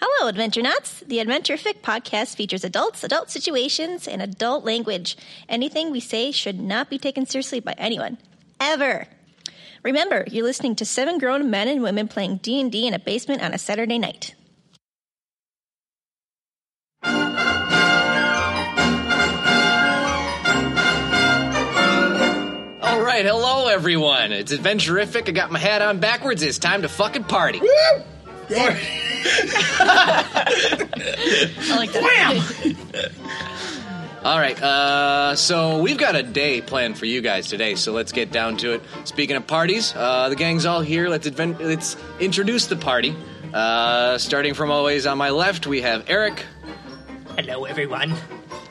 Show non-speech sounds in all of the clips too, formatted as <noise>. Hello, Adventure Nuts! The Adventure Fic podcast features adults, adult situations, and adult language. Anything we say should not be taken seriously by anyone, ever. Remember, you're listening to seven grown men and women playing D and D in a basement on a Saturday night. All right, hello everyone. It's adventurific. I got my hat on backwards. It's time to fucking party. I like that. <laughs> All right, uh, so we've got a day planned for you guys today. So let's get down to it. Speaking of parties, uh, the gang's all here. Let's advent- let's introduce the party. Uh, starting from always on my left, we have Eric. Hello, everyone.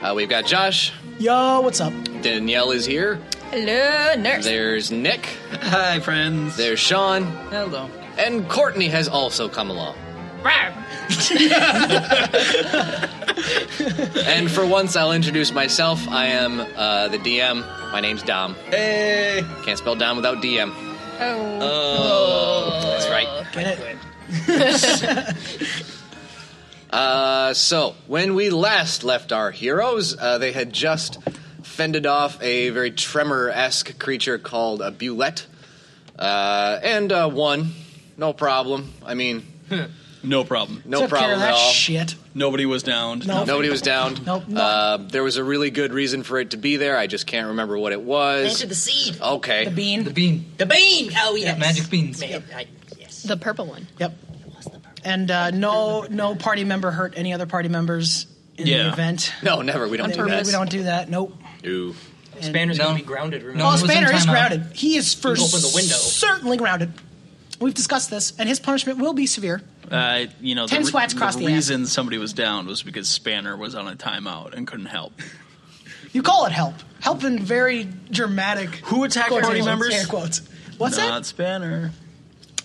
Uh, we've got Josh. Yo, what's up? Danielle is here. Hello, nurse. There's Nick. Hi, friends. There's Sean. Hello. And Courtney has also come along. And for once, I'll introduce myself. I am uh, the DM. My name's Dom. Hey. Can't spell Dom without DM. Oh. Oh. Oh. That's right. Get it? <laughs> Uh, so, when we last left our heroes, uh, they had just fended off a very tremor esque creature called a Bulette. Uh, and uh, one, no problem. I mean, <laughs> No problem. no Took care problem of at that all. shit. Nobody was downed. No. Nobody was down. Nope. Uh, there was a really good reason for it to be there. I just can't remember what it was. Planted the seed. Okay. The bean. The bean. The bean. Oh yes. magic beans. Man, I, yes. The purple one. yep. And uh, no, no party member hurt any other party members in the Yeah. event. no, never. We don't do We, that. we don't do that. Nope. Ooh. Spanner's gonna be grounded. Remember? oh, Spanner is grounded. He is for You open the window. certainly grounded. We've discussed this, and his punishment will be severe. Uh, you know, Ten the, swats across the, the ass. reason somebody was downed was because Spanner was on a timeout and couldn't help. You call it help. Help in very dramatic. Who attacked quotation party members? Air quotes. What's Not Spanner.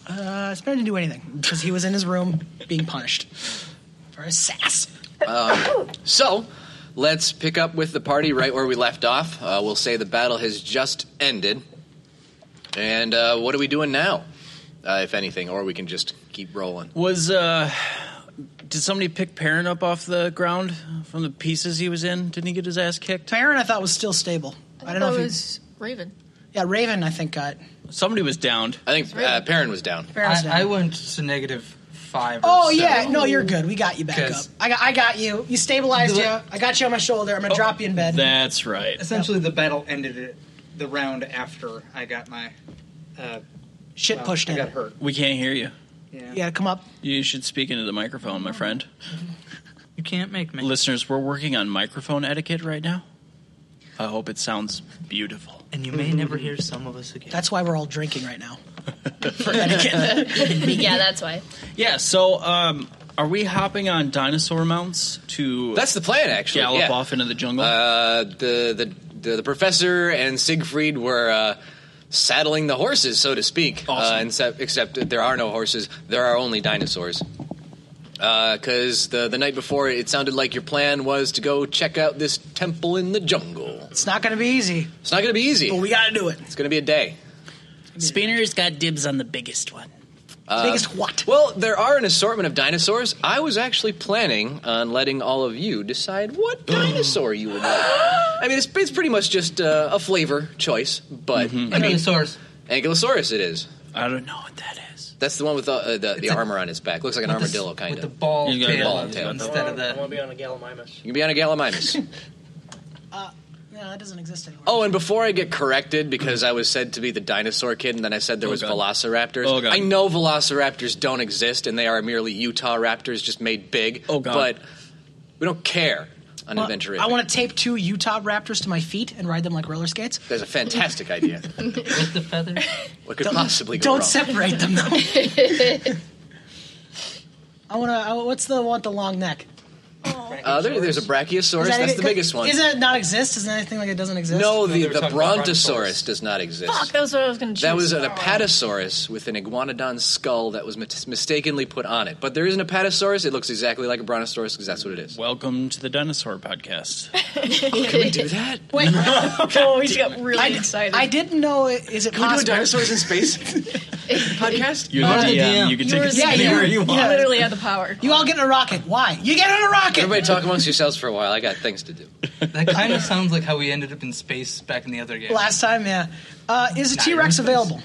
that? Uh, Spanner didn't do anything because he was in his room being punished for his sass. Um, So, let's pick up with the party right where we left off. Uh, we'll say the battle has just ended. And uh, what are we doing now, uh, if anything? Or we can just keep rolling. Was uh, did somebody pick Perrin up off the ground from the pieces he was in? Didn't he get his ass kicked? Baron, I thought was still stable. I, don't know if he- was Raven. Yeah, Raven, I think got. Somebody was downed. I think uh, Perrin was down. Baron's down. I, I went to negative five. Or oh so. yeah, no, you're good. We got you back up. 'Cause- I got, I got you. You stabilized The- you. I got you on my shoulder. I'm gonna drop you in bed. That's right. essentially the battle ended it, the round after I got my uh, Shit well, pushed I in. got hurt. We can't hear you. Yeah. You gotta come up. You should speak into the microphone, my friend. You can't make me. Listeners, we're working on microphone etiquette right now. I hope it sounds beautiful. And you may never hear some of us again. That's why we're all drinking right now. <laughs> <laughs> yeah, that's why. Yeah, so um, are we hopping on dinosaur mounts to That's the plan, actually. gallop yeah. off into the jungle? Uh, the, the, the, the professor and Siegfried were uh, saddling the horses, so to speak. Awesome. Uh, and se- except that there are no horses, there are only dinosaurs. Because the, the night before, it sounded like your plan was to go check out this temple in the jungle. It's not gonna be easy, It's not going to be easy. but we gotta do it. It's going to be a day. Spinner's got dibs on the biggest one. Biggest what? Um, Well, there are an assortment of dinosaurs. I was actually planning on letting all of you decide what dinosaur you would like. I mean, it's, it's pretty much just uh, a flavor choice, but I mean, Dinosaurs. Ankylosaurus it is. I don't know what that is. That's the one with the, uh, the, the armor on his back. Looks like an armadillo, kind With the of. ball You got a tail, ball tail. instead of I the. want to be on a gallimimus. You can be on a Gallimimus. Yeah, Uh, that doesn't exist anymore. oh, and before I get corrected, because I was said to be the dinosaur kid, and then I said there Oh, was God. velociraptors. Oh, God. I know velociraptors don't exist, and they are merely Utah raptors just made big. Oh, God. But we don't care on Well, Adventurific. I want to tape two Utah Raptors to my feet and ride them like roller skates. That's a fantastic idea. <laughs> With the feathers. What could possibly go Don't wrong? separate them though. <laughs> I want to. What's the one with the long neck? uh, other, there's a Brachiosaurus. Is that That's it? the biggest one. Isn't it not exist? Isn't that anything like it doesn't exist? no, they the, were the talking about Brontosaurus Brontosaurus. does not exist. Fuck, that was what I was going to choose. That was an apatosaurus with an iguanodon skull that was mis- mistakenly put on it. But there is an apatosaurus. It looks exactly like a brontosaurus because that's what it is. Welcome to the dinosaur <laughs> podcast. <laughs> Can we do that? Wait, Oh, he just got really I, excited. I didn't know. it- Is it Can we do a possible? Uh, dinosaurs in <laughs> space podcast? You're the DM. You can You take were it the anywhere DM. you want. You literally had the power. You all get in a rocket. Why? You get in a rocket. Everybody talk amongst yourselves for a while. I got things to do. <laughs> That kind of sounds like how we ended up in space back in the other game. Last time, yeah. Uh, is a Nah, T Rex you're in place. available?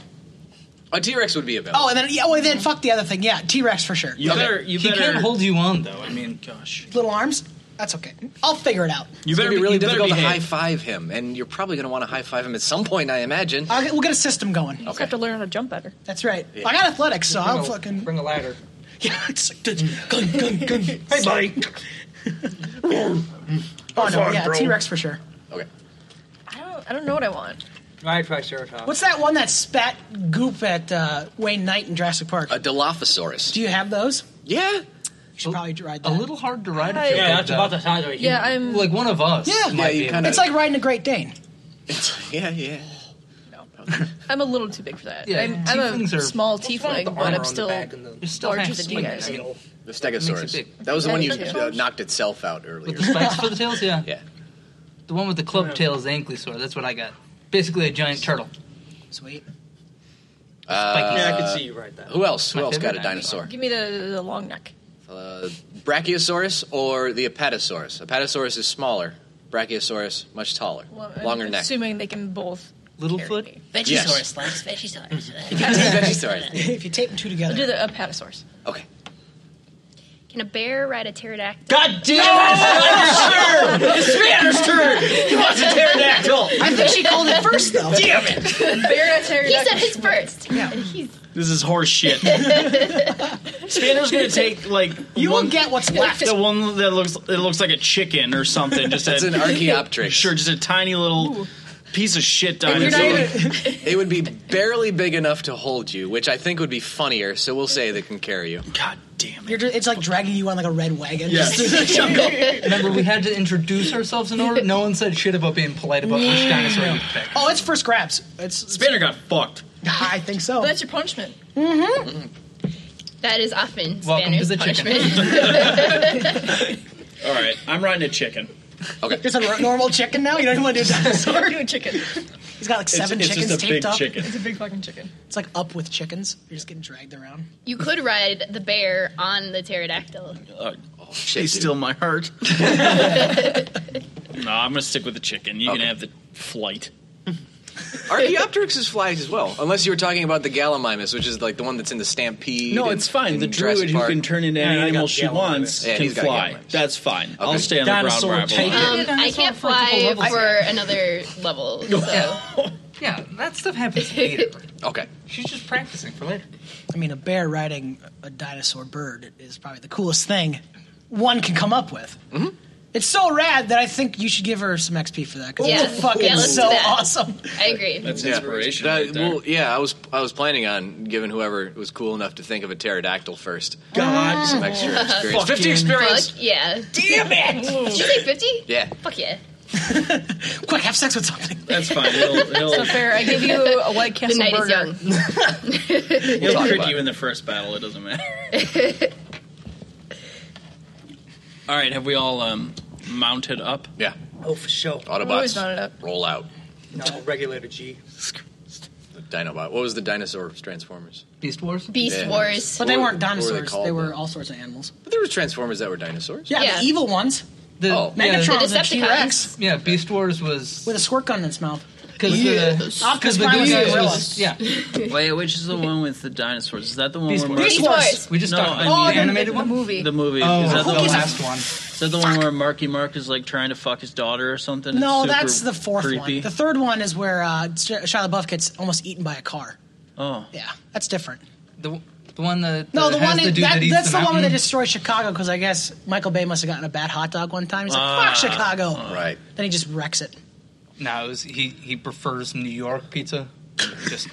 A T Rex would be available. Oh, and then yeah. Well, then fuck the other thing. Yeah, T Rex for sure. You better, you he better, can't hold you on though. I mean, gosh. Little arms. That's okay. I'll figure it out. you it's better going to be really you better difficult to high behave. five him, and you're probably going to want to high five him at some point, I imagine. I'll get, we'll get a system going. You just have to learn how to jump better. That's right. I got athletics, so I'll Bring a- fucking. bring a ladder. <laughs> Yeah, it's like, gun, gun, gun. <laughs> Hey, buddy. Oh no, yeah, T Rex for sure. Okay. I don't, I don't know what I want. I triceratops. What's that one that spat goop at uh, Wayne Knight in Jurassic Park? A Dilophosaurus. Do you have those? Yeah. You should probably ride A that. little hard to ride. Hi. if you're Yeah, dead, that's though. about the size of a human. Yeah, I'm. Like one of us. Yeah, you Yeah. might be able kinda- to- It's like riding a Great Dane. <laughs> It's, yeah, yeah. I'm a little too big for that. Yeah, I'm, I'm tieflings a are- small What's wrong with tiefling, the but armor I'm on the still. back and the- You're still larger half than you spikes, guys. you know. The Makes it Stegosaurus. big. That was the one you uh, Stegosaurus? knocked itself out earlier. Uh, With the spikes for the tails, yeah. Yeah. The one with the club tail is the ankylosaur. That's what I got. Basically, a giant turtle. Sweet. Uh, yeah, I could see you right there. who else? Who My else got a favorite dinosaur? Give me the, the long neck. Uh, Brachiosaurus or the Apatosaurus? Apatosaurus is smaller. Brachiosaurus much taller, Well, I'm longer neck. <laughs> Assuming they can both. Littlefoot. Yes. likes Vegisaurus. Brachiosaurus. if you take them two together. Do the apatosaurus. Okay. Can a bear ride a pterodactyl? God damn it! It's Spanner's turn! He wants a pterodactyl! I think she called it first, though. Bear He said his first. And he's <laughs> This is horse <laughs> shit. Spanner's gonna take like You one, won't get what's left. the one that looks it looks like a chicken or something. Just It's a, an Archaeopteryx. sure, just a tiny little piece of shit you're dinosaur. not even- It would be barely big enough to hold you, which I think would be funnier, so we'll say they can carry you. God damn it! You're just, it's like dragging you on like a red wagon. <laughs> <laughs> Remember, we had to introduce ourselves in order. No one said shit about being polite about which dinosaur you pick. oh, it's first grabs. It's. Spanner got fucked. I think so. That's your punishment. Mm-hmm. that is often Welcome to Spanner's the chicken. punishment. <laughs> <laughs> All right, I'm riding a chicken. It's a r- normal chicken now. You don't even want to do a dinosaur. Do a chicken. He's got like It's- seven it's, chickens just a taped big up. chicken. It's a big fucking chicken. It's like up with chickens. You're just getting dragged around. you could ride the bear on the pterodactyl. Uh, Shit, they dude. steal my <laughs> heart. no, I'm gonna stick with the chicken. You can have the flight. Archaeopteryxes flies as well, unless you were talking about the Gallimimus, which is like the one that's in the Stampede. No, and- it's fine. and The Jurassic druid who Park. can turn into any Yeah, I got animal she Gallimimus. wants Yeah, can he's got fly. Gallimimus. That's fine. I'll Okay. stay on the ground Dinosaur where I belong. take it. Um, I dinosaur can't for a couple fly levels. for another level, so <laughs> Yeah, that stuff happens later. Okay. She's just practicing for later. I mean, a bear riding a dinosaur bird is probably the coolest thing one can come up with. Mm-hmm. It's so rad that I think you should give her some XP for that because Yeah. it's fucking Yeah, let's do so that. awesome. I agree. That's Yeah. inspiration. That- right there. well, yeah, I was I was planning on giving whoever was cool enough to think of a pterodactyl first. God, Ah. <laughs> Some <laughs> extra experience. Fucking- Fifty Fuck experience. yeah. Damn it! Did you say 50? Yeah. Fuck yeah. Quick, have sex with something. that's fine. <laughs> He'll, he'll, So fair. I give you a <laughs> White The Castle night is burger. young. he'll talk crit about you it. in the first battle. It doesn't matter. <laughs> <laughs> all right, have we all um, mounted up? Yeah. Oh, for sure. always Autobots, done it up. roll out. No, regulator G. The Dinobot. What was the dinosaur Transformers? Beast Wars. Beast Yeah. Wars. But they What- weren't what were they dinosaurs. they, called, were though? all sorts of animals. But there was Transformers that were dinosaurs. Yeah, Yeah. the evil ones. The, Oh. yeah, Megatron the- was a Decepticons. T-Rex yeah, Beast Wars was with a squirt gun in its mouth. because the Optimus the Prime was Goonies a was- gorilla. <laughs> yeah. Wait, which is the one with the dinosaurs? Is that the one? Beast where Wars. Marky- Beast Wars. Wars. We just No, talked I about mean- the animated The one. movie. The movie is Oh, that the the, one, last one. is that the one where Marky Mark is like trying to fuck his daughter or something? It's No, super that's the fourth creepy. one. The third one is where uh, Sh- Shia LaBeouf gets almost eaten by a car. oh, Yeah, that's different. The, the one that No, the that has one the in, dude that, that eats that's the, the one where mountain. they destroyed Chicago because I guess Michael Bay must have gotten a bad hot dog one time. He's like, Ah, "Fuck Chicago!" Right. Then he just wrecks it. No, it was, he he prefers New York pizza. Just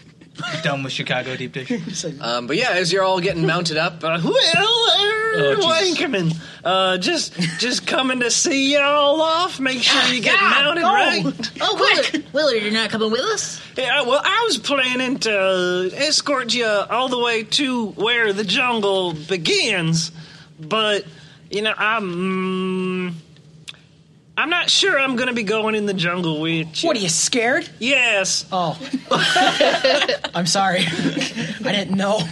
done with Chicago deep <laughs> dish. He's like, Um, but yeah, as you're all getting mounted up, uh, who Oh, Jesus. Wankerman, uh, just just coming to see you all off. Make sure you get mounted right. Ah, Oh, Willard, Willard, you're not coming with us? Yeah, uh, well, I was planning to escort you all the way to where the jungle begins, but you know, I'm mm, I'm not sure I'm going to be going in the jungle with you. What are you scared? Yes. <laughs> <laughs> Oh, I'm sorry. I didn't know. <laughs>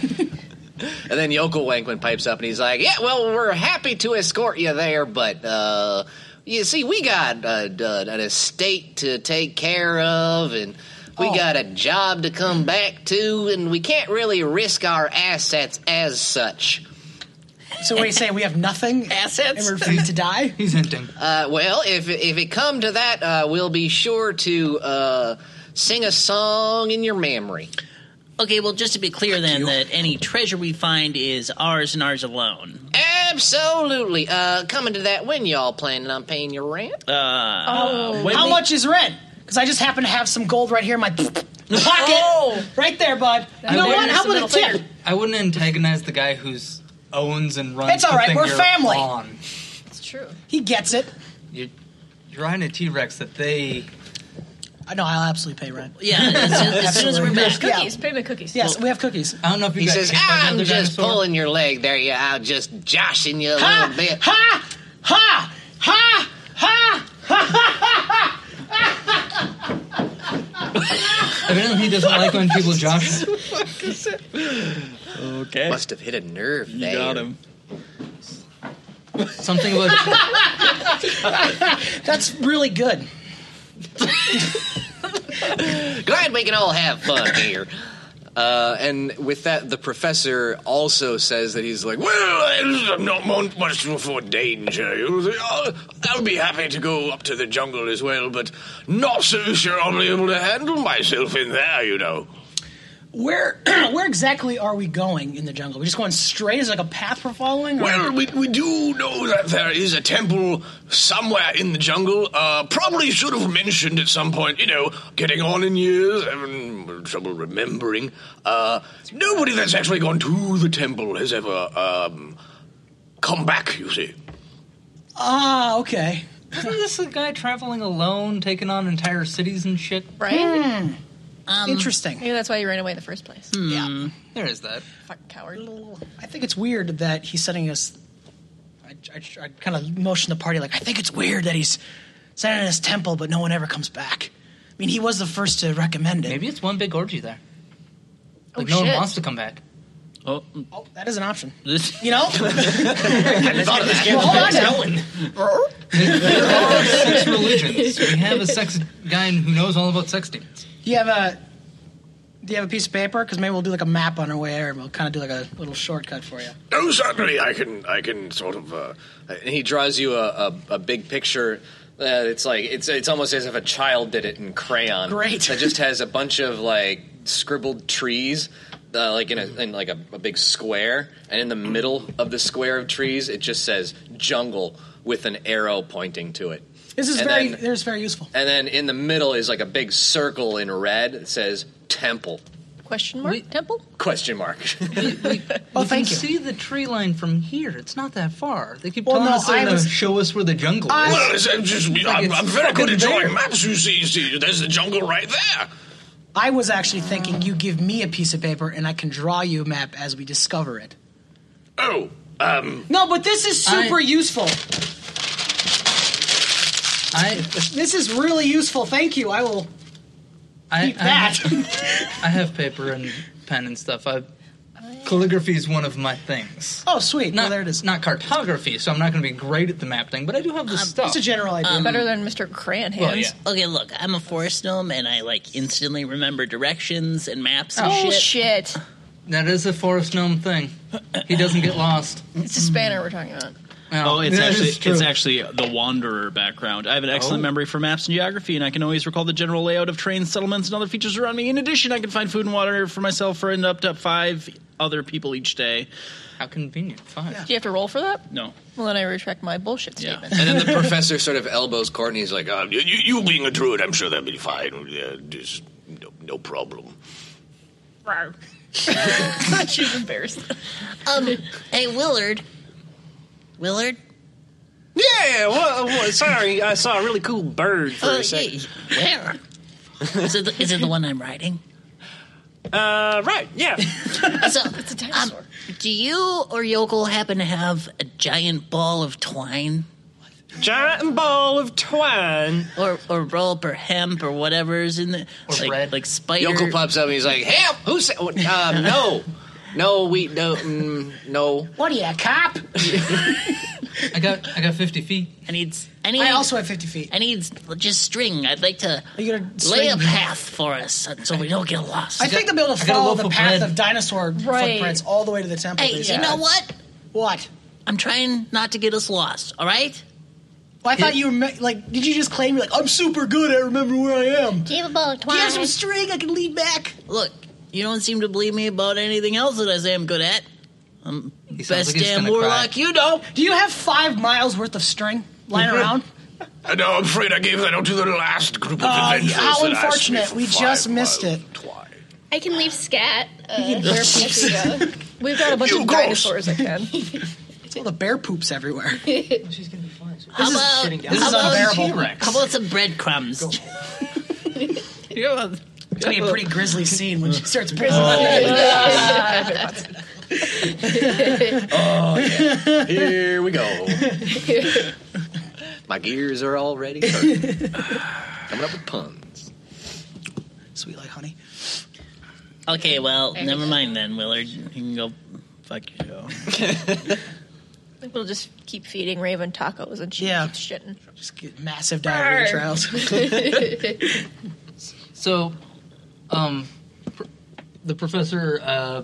And then Yoko Wankman pipes up and he's like, "Yeah, well, we're happy to escort you there, but uh, you see, we got uh, d- uh, an estate to take care of, and we Oh. got a job to come back to, and we can't really risk our assets as such." So what are you saying? We <laughs> have nothing and Assets? we're free to die? He's hinting. Uh, well, if if it come to that, uh, we'll be sure to uh, sing a song in your memory. Okay, well, just to be clear then, that any treasure we find is ours and ours alone. Absolutely. Uh, coming to that, when y'all planning on paying your rent? Uh, Oh, When How we- much is rent? Because I just happen to have some gold right <laughs> here in my pocket. Oh. Right there, bud. You know wonder what? if How it's the about a middle tip? finger. I wouldn't antagonize the guy who's owns and runs. It's all right, something we're you're family. on. It's true. He gets it. You're, you're on a T Rex that they. I know I'll absolutely pay rent. Yeah, as soon <laughs> <laughs> as, soon as we're back. Cookies. Pay my cookies. Yes, we have cookies. I don't know if you He guys. says, "Ah, hit by the "I'm other just dinosaur." pulling your leg. There you are, just joshing you a Ha! little bit." Ha! Ha! Ha! Ha! Apparently, he doesn't like when people <laughs> josh. him. Okay. Must have hit a nerve. You there. got him. Something about <laughs> <laughs> That's really good. Glad we can all have fun here. Uh, and with that, the professor also says that he's like, Well, I'm not mon- much for danger. You- I'll, I'll be happy to go up to the jungle as well, but not so sure I'll be able to handle myself in there, you know. Where <clears throat> where exactly are we going in the jungle? We're just going straight? Is there like a path we're following? Or Well, we, we do know that there is a temple somewhere in the jungle. Uh, probably should have mentioned at some point, you know, getting on in years, having trouble remembering. Uh, nobody that's actually gone to the temple has ever um, come back, you see. Ah, okay. isn't this a guy traveling alone, taking on entire cities and shit? Right? Hmm. Interesting. Um, Maybe that's why you ran away in the first place. Yeah. There is that. Fuck coward. I think it's weird that he's sending us. I, I, I kind of motioned the party like I think it's weird that he's sending us temple, but no one ever comes back. I mean, he was the first to recommend it. Maybe it's one big orgy there. Like Oh, no one shit. wants to come back. Oh, Oh, that is an option. this. You <laughs> know. Well, hold on now. Sex religions. We have a sex guy who knows all about sex demons. Do you have a Do you have a piece of paper? Because maybe we'll do like a map on our way there, and we'll kind of do like a little shortcut for you. Oh, certainly, I can. I can sort of. Uh, and he draws you a, a, a big picture. That it's like it's it's almost as if a child did it in crayon. Great. That just has a bunch of like scribbled trees, uh, like in a in like a, a big square, and in the middle of the square of trees, it just says jungle with an arrow pointing to it. This is And very then- This is very useful. And then in the middle is like a big circle in red that says temple Question mark? Temple? question <laughs> mark. Oh, we thank can you. see the tree line from here. It's not that far. They keep Well, telling no, us they're I gonna was- show us where the jungle I- is. well, it's, I'm just. I'm, it's I'm very good fucking at drawing there. maps. You see, you see, there's the jungle right there. I was actually thinking you give me a piece of paper and I can draw you a map as we discover it. Oh, um, No, but this is super I- useful. I, This is really useful. Thank you. I will I, keep I, that. <laughs> I have paper and pen and stuff. I, calligraphy is one of my things. oh, sweet. Not, well, there it is. Not cartography, so I'm not going to be great at the map thing, but I do have the stuff. It's Um, a general idea. Um, Um, Better than Mr. Crayon Hands. Well, yeah. Okay, look, I'm a forest gnome, and I like instantly remember directions and maps and Oh, shit. shit. That is a forest gnome thing. He doesn't get lost. It's a spanner we're talking about. No, Oh, it's that actually is true. it's actually the wanderer background. I have an excellent Oh. memory for maps and geography, and I can always recall the general layout of trains, settlements, and other features around me. In addition, I can find food and water for myself for up to five other people each day. How convenient. Five. Do you have to roll for that? No, Well, then I retract my bullshit Yeah. statement. and then the professor sort of elbows Courtney. He's like, uh, you, you you being a druid, I'm sure that'll be fine. Uh, just no, no problem. <laughs> She's embarrassed. Um, hey, Willard, Willard? Yeah, well, uh, well, sorry, I saw a really cool bird for Oh, a second. Where? is, it the, is it the one I'm riding? Uh, right, yeah. <laughs> so, it's a dinosaur. do you or Yokel happen to have a giant ball of twine? Giant ball of twine, or or rope, or hemp, or whatever's in the Or like, bread. like spider. Yokel pops up and he's like, "Help! Who said? Uh, no, no, we no, mm, no." What are you, <laughs> a cop? I got I got 50 feet. I need I need. I also have fifty feet. I need just string. I'd like to lay string? a path for us so we don't get lost. I think they'll be able to I got a follow loaf the of path bread. of dinosaur Right. footprints all the way to the temple. Hey, basically. you know what? What? I'm trying not to get us lost. All right. Well, I thought you were me- like, did you just claim you're like, I'm super good. I remember where I am. Do you have a ball of Do you have some string I can lead back? Look, you don't seem to believe me about anything else that I say I'm good at. I'm sounds best like he's damn gonna warlock cry. you know. Do you have five miles worth of string <laughs> lying around? Uh, no, I'm afraid I gave that out to the last group of Oh, adventurers. how that asked me unfortunate. for We five just missed it. I can leave scat. Uh, You can- where Pixie go. <laughs> We've got a bunch of dinosaurs again. <laughs> It's all the bear poops everywhere. She's gonna be fine. How is about, shitting down. This how is about- unbearable. How about some <laughs> breadcrumbs? It's gonna be a pretty grisly scene when she <laughs> starts pulling. Oh. <laughs> <laughs> Oh yeah, here we go. My gears are already hurting. <laughs> coming up with puns. Sweet like honey. Okay, well, never mind then, Willard. You can go fuck yourself. <laughs> We'll just keep feeding Raven tacos and she Yeah. keeps shitting. Just get massive <laughs> diarrhea trials. So, um, pr- the professor uh,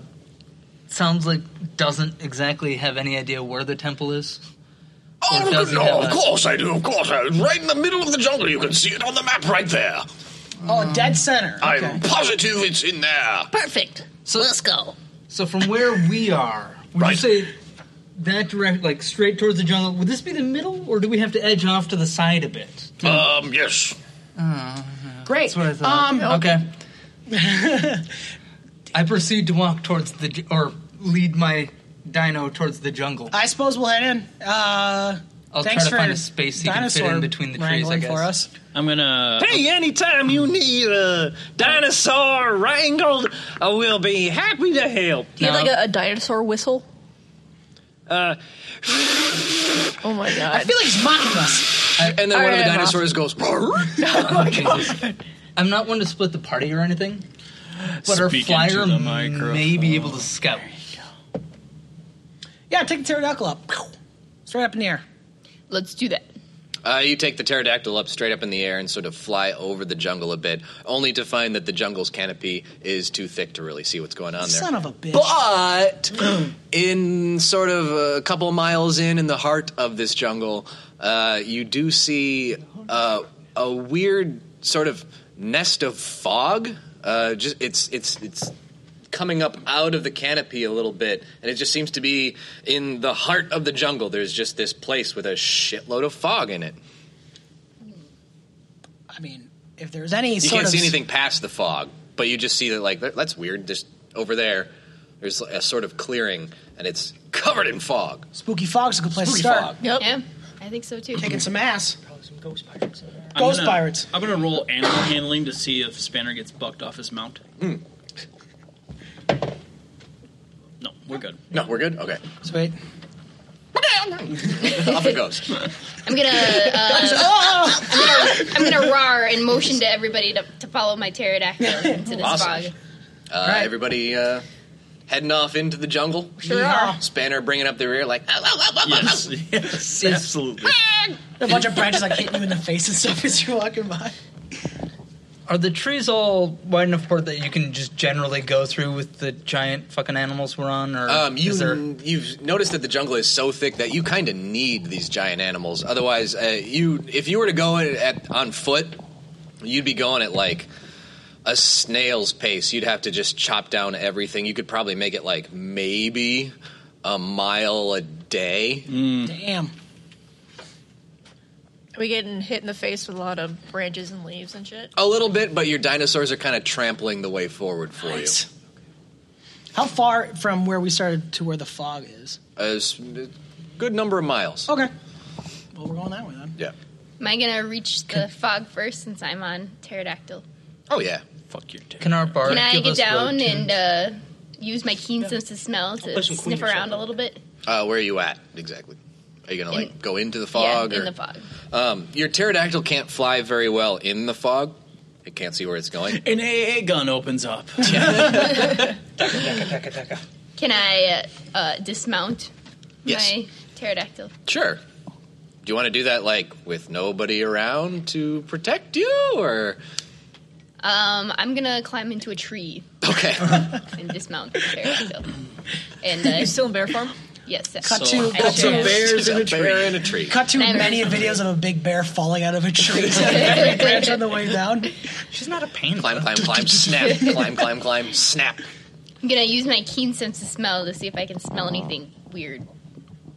sounds like doesn't exactly have any idea where the temple is. Or Oh, does good- he no, have of a- course I do, of course. I, right in the middle of the jungle. You can see it on the map right there. oh, dead center. I'm positive it's in there. Perfect. So let's go. So from where we are, would you say that direct, like straight towards the jungle? Would this be the middle, or do we have to edge off to the side a bit? Hmm. Um, yes. Great. That's what I thought. Um, okay. <laughs> I proceed to walk towards the ju- or lead my dino towards the jungle. I suppose we'll head in. Uh, I'll thanks try to for find a space he can fit dinosaur in between the trees. I wrangling guess. for us. I'm gonna. Hey, anytime you need a dinosaur wrangled, I will be happy to help. Do you have like a, a dinosaur whistle? Uh, Oh my god! I feel like he's mocking us. and then one of the <laughs> dinosaurs goes. oh <laughs> I'm not one to split the party or anything, but our Speak flyer into the microphone. may be able to scout. Yeah, take the pterodactyl up. Pew. Straight up in the air. Let's do that. Uh, you take the pterodactyl up straight up in the air and sort of fly over the jungle a bit, only to find that the jungle's canopy is too thick to really see what's going on there. Son of a bitch. But in sort of a couple miles in, in the heart of this jungle, uh, you do see uh, a weird sort of nest of fog. Uh, just it's it's it's coming up out of the canopy a little bit, and it just seems to be in the heart of the jungle. There's just this place with a shitload of fog in it. I mean, if there's any You sort can't of see anything past the fog, but you just see that like that- that's weird. Just over there, there's a sort of clearing, and it's covered in fog. spooky fog's a good place Spooky to start. fog. Yep. Yeah, I think so too. Kicking some ass. I'm Ghost gonna- pirates. I'm gonna roll animal handling to see if Spanner gets bucked off his mount. Hmm. No, we're good. No, we're good. Okay, Sweet. <laughs> off it goes. I'm gonna. <laughs> Uh, I'm gonna. I'm gonna roar and motion to everybody to, to follow my pterodactyl into this fog. Awesome. Uh, Everybody uh, heading off into the jungle. Sure are. Spanner bringing up the rear, like "Ow, ow, ow, ow, ow, Yes, ow." <laughs> yes, absolutely. A bunch of branches like hitting you in the face and stuff as you're walking by. Are the trees all wide enough apart that you can just generally go through with the giant fucking animals we're on, or Um, you, is there? You've noticed that the jungle is so thick that you kind of need these giant animals. Otherwise, uh, you if you were to go in at, on foot, you'd be going at like a snail's pace. You'd have to just chop down everything. You could probably make it like maybe a mile a day. Mm. Damn. Are we getting hit in the face with a lot of branches and leaves and shit? A little bit, but your dinosaurs are kind of trampling the way forward for Nice. How far from where we started to where the fog is? you. As good number of miles. Okay. Well, we're going that way then. Yeah. Am I gonna reach the fog first since I'm on pterodactyl? Oh yeah. Fuck your. Can our bard Can I give get us down road and uh, use my keen sense of smell to play some Queen sniff or around something. a little bit? Uh, where are you at exactly? Are you gonna like go into the Yeah, fog? in or, the fog. Um, your pterodactyl can't fly very well in the fog. It can't see where it's going. An AA gun opens up. Can I uh, uh, dismount Yes. my pterodactyl? Sure. Do you want to do that like with nobody around to protect you, or Um, I'm gonna climb into a tree. Okay. <laughs> and dismount the pterodactyl. And uh, <laughs> You still in bear form? Yes. Cut to cut to bears in a tree. in a tree. Cut to Bears many in a videos of a big bear falling out of a tree, every branch on the way down. She's not a pain. Climb, climb, climb, snap, climb, climb, climb, snap. I'm gonna use my keen sense of smell to see if I can smell anything weird.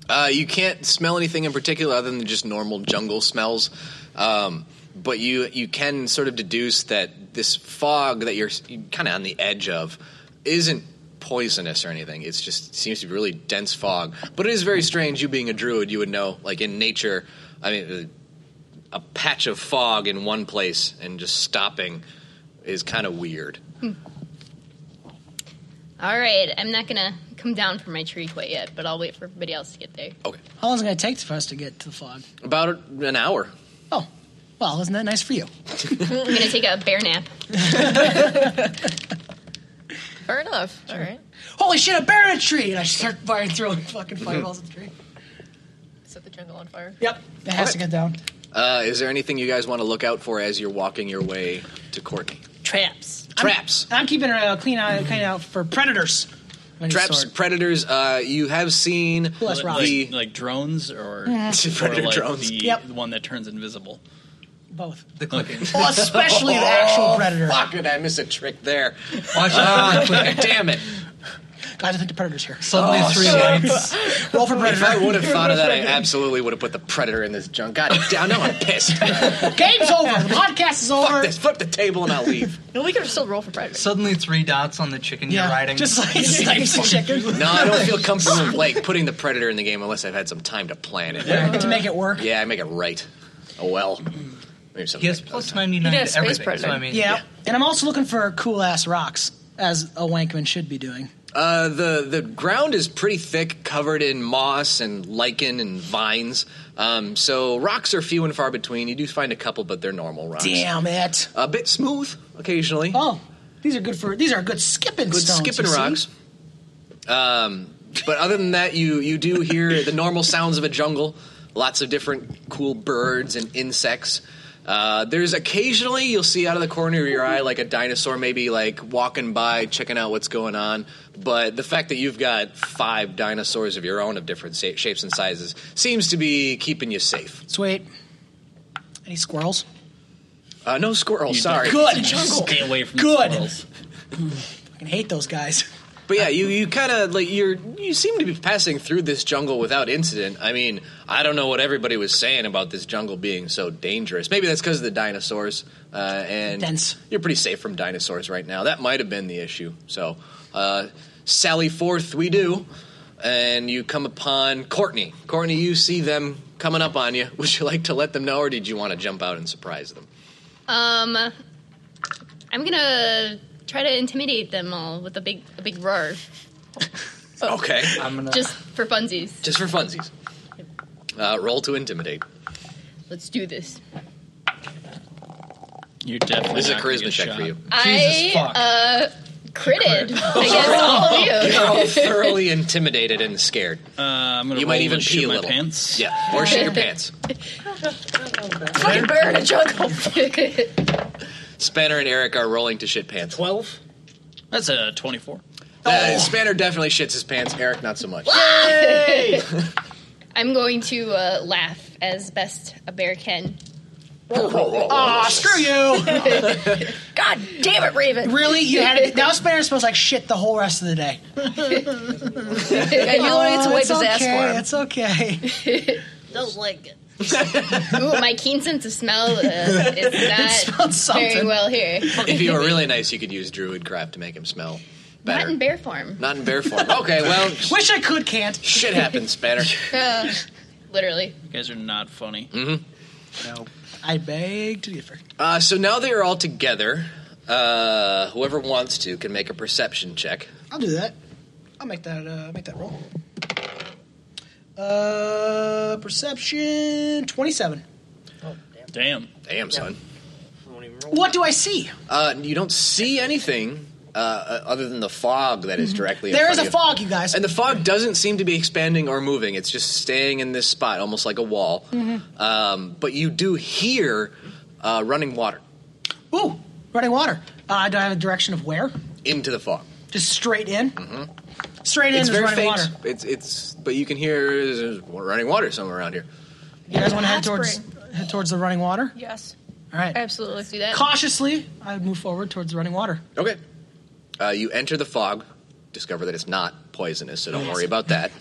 Uh, you can't smell anything in particular other than just normal jungle smells, um, but you you can sort of deduce that this fog that you're kind of on the edge of isn't poisonous or anything. It's just seems to be really dense fog, but it is very strange. You being a druid, you would know. Like in nature, I mean, uh, a patch of fog in one place and just stopping is kind of weird. All right, I'm not gonna come down from my tree quite yet, but I'll wait for everybody else to get there. How long is it going to take for us to get to the fog? About an hour. Oh, well, isn't that nice for you? I'm gonna take a bear nap. <laughs> Fair enough. All right. Holy shit, a bear in a tree! And I start firing, throwing fucking Mm-hmm. fireballs at the tree. Set the jungle on fire. Yep, it has to get down. Uh, is there anything you guys want to look out for as you're walking your way to Courtney? Traps. Traps. I'm, keeping a clean eye, clean out for predators. Any Traps, sort. predators. Uh, you have seen Bless like, Rob. the like, like drones <laughs> or, Mhm. or Predator like drones. The, Yep. the one that turns invisible. Both. The clicking. Oh, <laughs> especially the actual predator. Fuck it, I missed Oh, a trick there. Watch Ah, out for the clicker. damn it! Guys, I think the predator's here. Suddenly Oh, three shit. lights. Roll for If predator. I <laughs> would have thought of that, I absolutely would have put the predator in this junk. God damn, now I'm <laughs> pissed. Game's over. The podcast is over. Fuck this. Flip the table and I'll leave. <laughs> No, we could still roll for predator. Suddenly three dots on the chicken Yeah, you're riding. just like- just <laughs> like chicken. No, I don't feel comfortable like putting the predator in the game unless I've had some time to plan it. Yeah, to make it work. Yeah, I make it right. Oh well. Maybe something. Yes, plus ninety nine You to did a space everything. predator. So I mean, Yeah. And I'm also looking for cool ass rocks, as a wankman should be doing. Uh, the the ground is pretty thick, covered in moss and lichen and vines. Um, so rocks are few and far between. You do find a couple, but they're normal rocks. Damn it. A bit smooth occasionally. Oh, these are good for these are good skipping Good stones. skipping you see? rocks. Um, but other than that, you you do hear the normal sounds of a jungle. Lots of different cool birds and insects. Uh, there's occasionally you'll see out of the corner of your eye like a dinosaur maybe like walking by checking out what's going on but the fact that you've got five dinosaurs of your own of different sa- shapes and sizes seems to be keeping you safe Sweet. Any squirrels? uh, no squirrel sorry Good. Stay away from Good. the squirrels. Fucking hate <laughs> those guys. But yeah, you, you kind of like you're you seem to be passing through this jungle without incident. I mean, I don't know what everybody was saying about this jungle being so dangerous. Maybe that's because of the dinosaurs. Uh, and Dense. you're pretty safe from dinosaurs right now. That might have been the issue. So, uh, sally forth we do, and you come upon Courtney. Courtney, you see them coming up on you. <laughs> Would you like to let them know, or did you want to jump out and surprise them? Um, I'm gonna try to intimidate them all with a big a big roar, Okay, I'm gonna just for funsies. just for funsies. Uh, roll to intimidate. Let's do this. You're definitely This is a not gonna charisma get check shot. <laughs> for you. I Jesus fuck. uh critted against all of you. You're all thoroughly intimidated and scared. Uh, I'm gonna You roll might even to pee shoot a my little. pants. Yeah, or shit <laughs> your pants. Fucking bear in a jungle. Spanner and Eric are rolling to shit pants. Twelve. That's a 24. Uh, Spanner definitely shits his pants. Eric, not so much. <laughs> <laughs> I'm going to uh, laugh as best a bear can. <laughs> Aw, screw you. <laughs> God damn it, Raven. really? You had <laughs> it now Spanner smells like shit the whole rest of the day. Yeah, you only get to Oh, wipe it's his ass for okay, him. It's okay. Don't like it. <laughs> Ooh, my keen sense of smell uh, is smells not something. very well here. <laughs> If you were really nice, you could use druid craft to make him smell Not in bear form. Not in bear form. Okay, <laughs> well, wish I could, can't. Shit happens, Banner. Uh, literally. You guys are not funny. Mm-hmm. No. I beg to differ. Uh, so now they are all together. Uh, whoever wants to can make a perception check. I'll do that. I'll make that uh, make that roll. Uh, perception twenty-seven. Damn. Damn, son. What do I see? Uh, you don't see anything uh, uh, other than the fog that is directly. in Mm-hmm. There is front a of you. fog, you guys. and the fog doesn't seem to be expanding or moving. It's just staying in this spot, almost like a wall. Um, but you do hear uh, running water Ooh, running water. Uh, do I have a direction of where? into the fog. Just straight in. Mhm. Straight in It's is very running faint. water. It's it's, but you can hear there's running water somewhere around here. You guys want to head towards head towards the running water? Yes. All right. Absolutely. Let's do that. Cautiously, I would move forward towards the running water. Okay. Uh, you enter the fog, discover that it's not poisonous, so don't worry about that.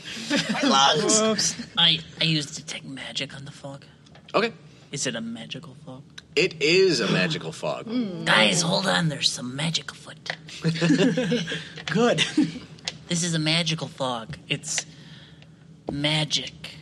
My lungs. I I use detect magic on the fog. Okay. Is it a magical fog? It is a magical fog. Hmm. Guys, hold on. There's some magic afoot. <laughs> Good. <laughs> This is a magical fog. It's magic.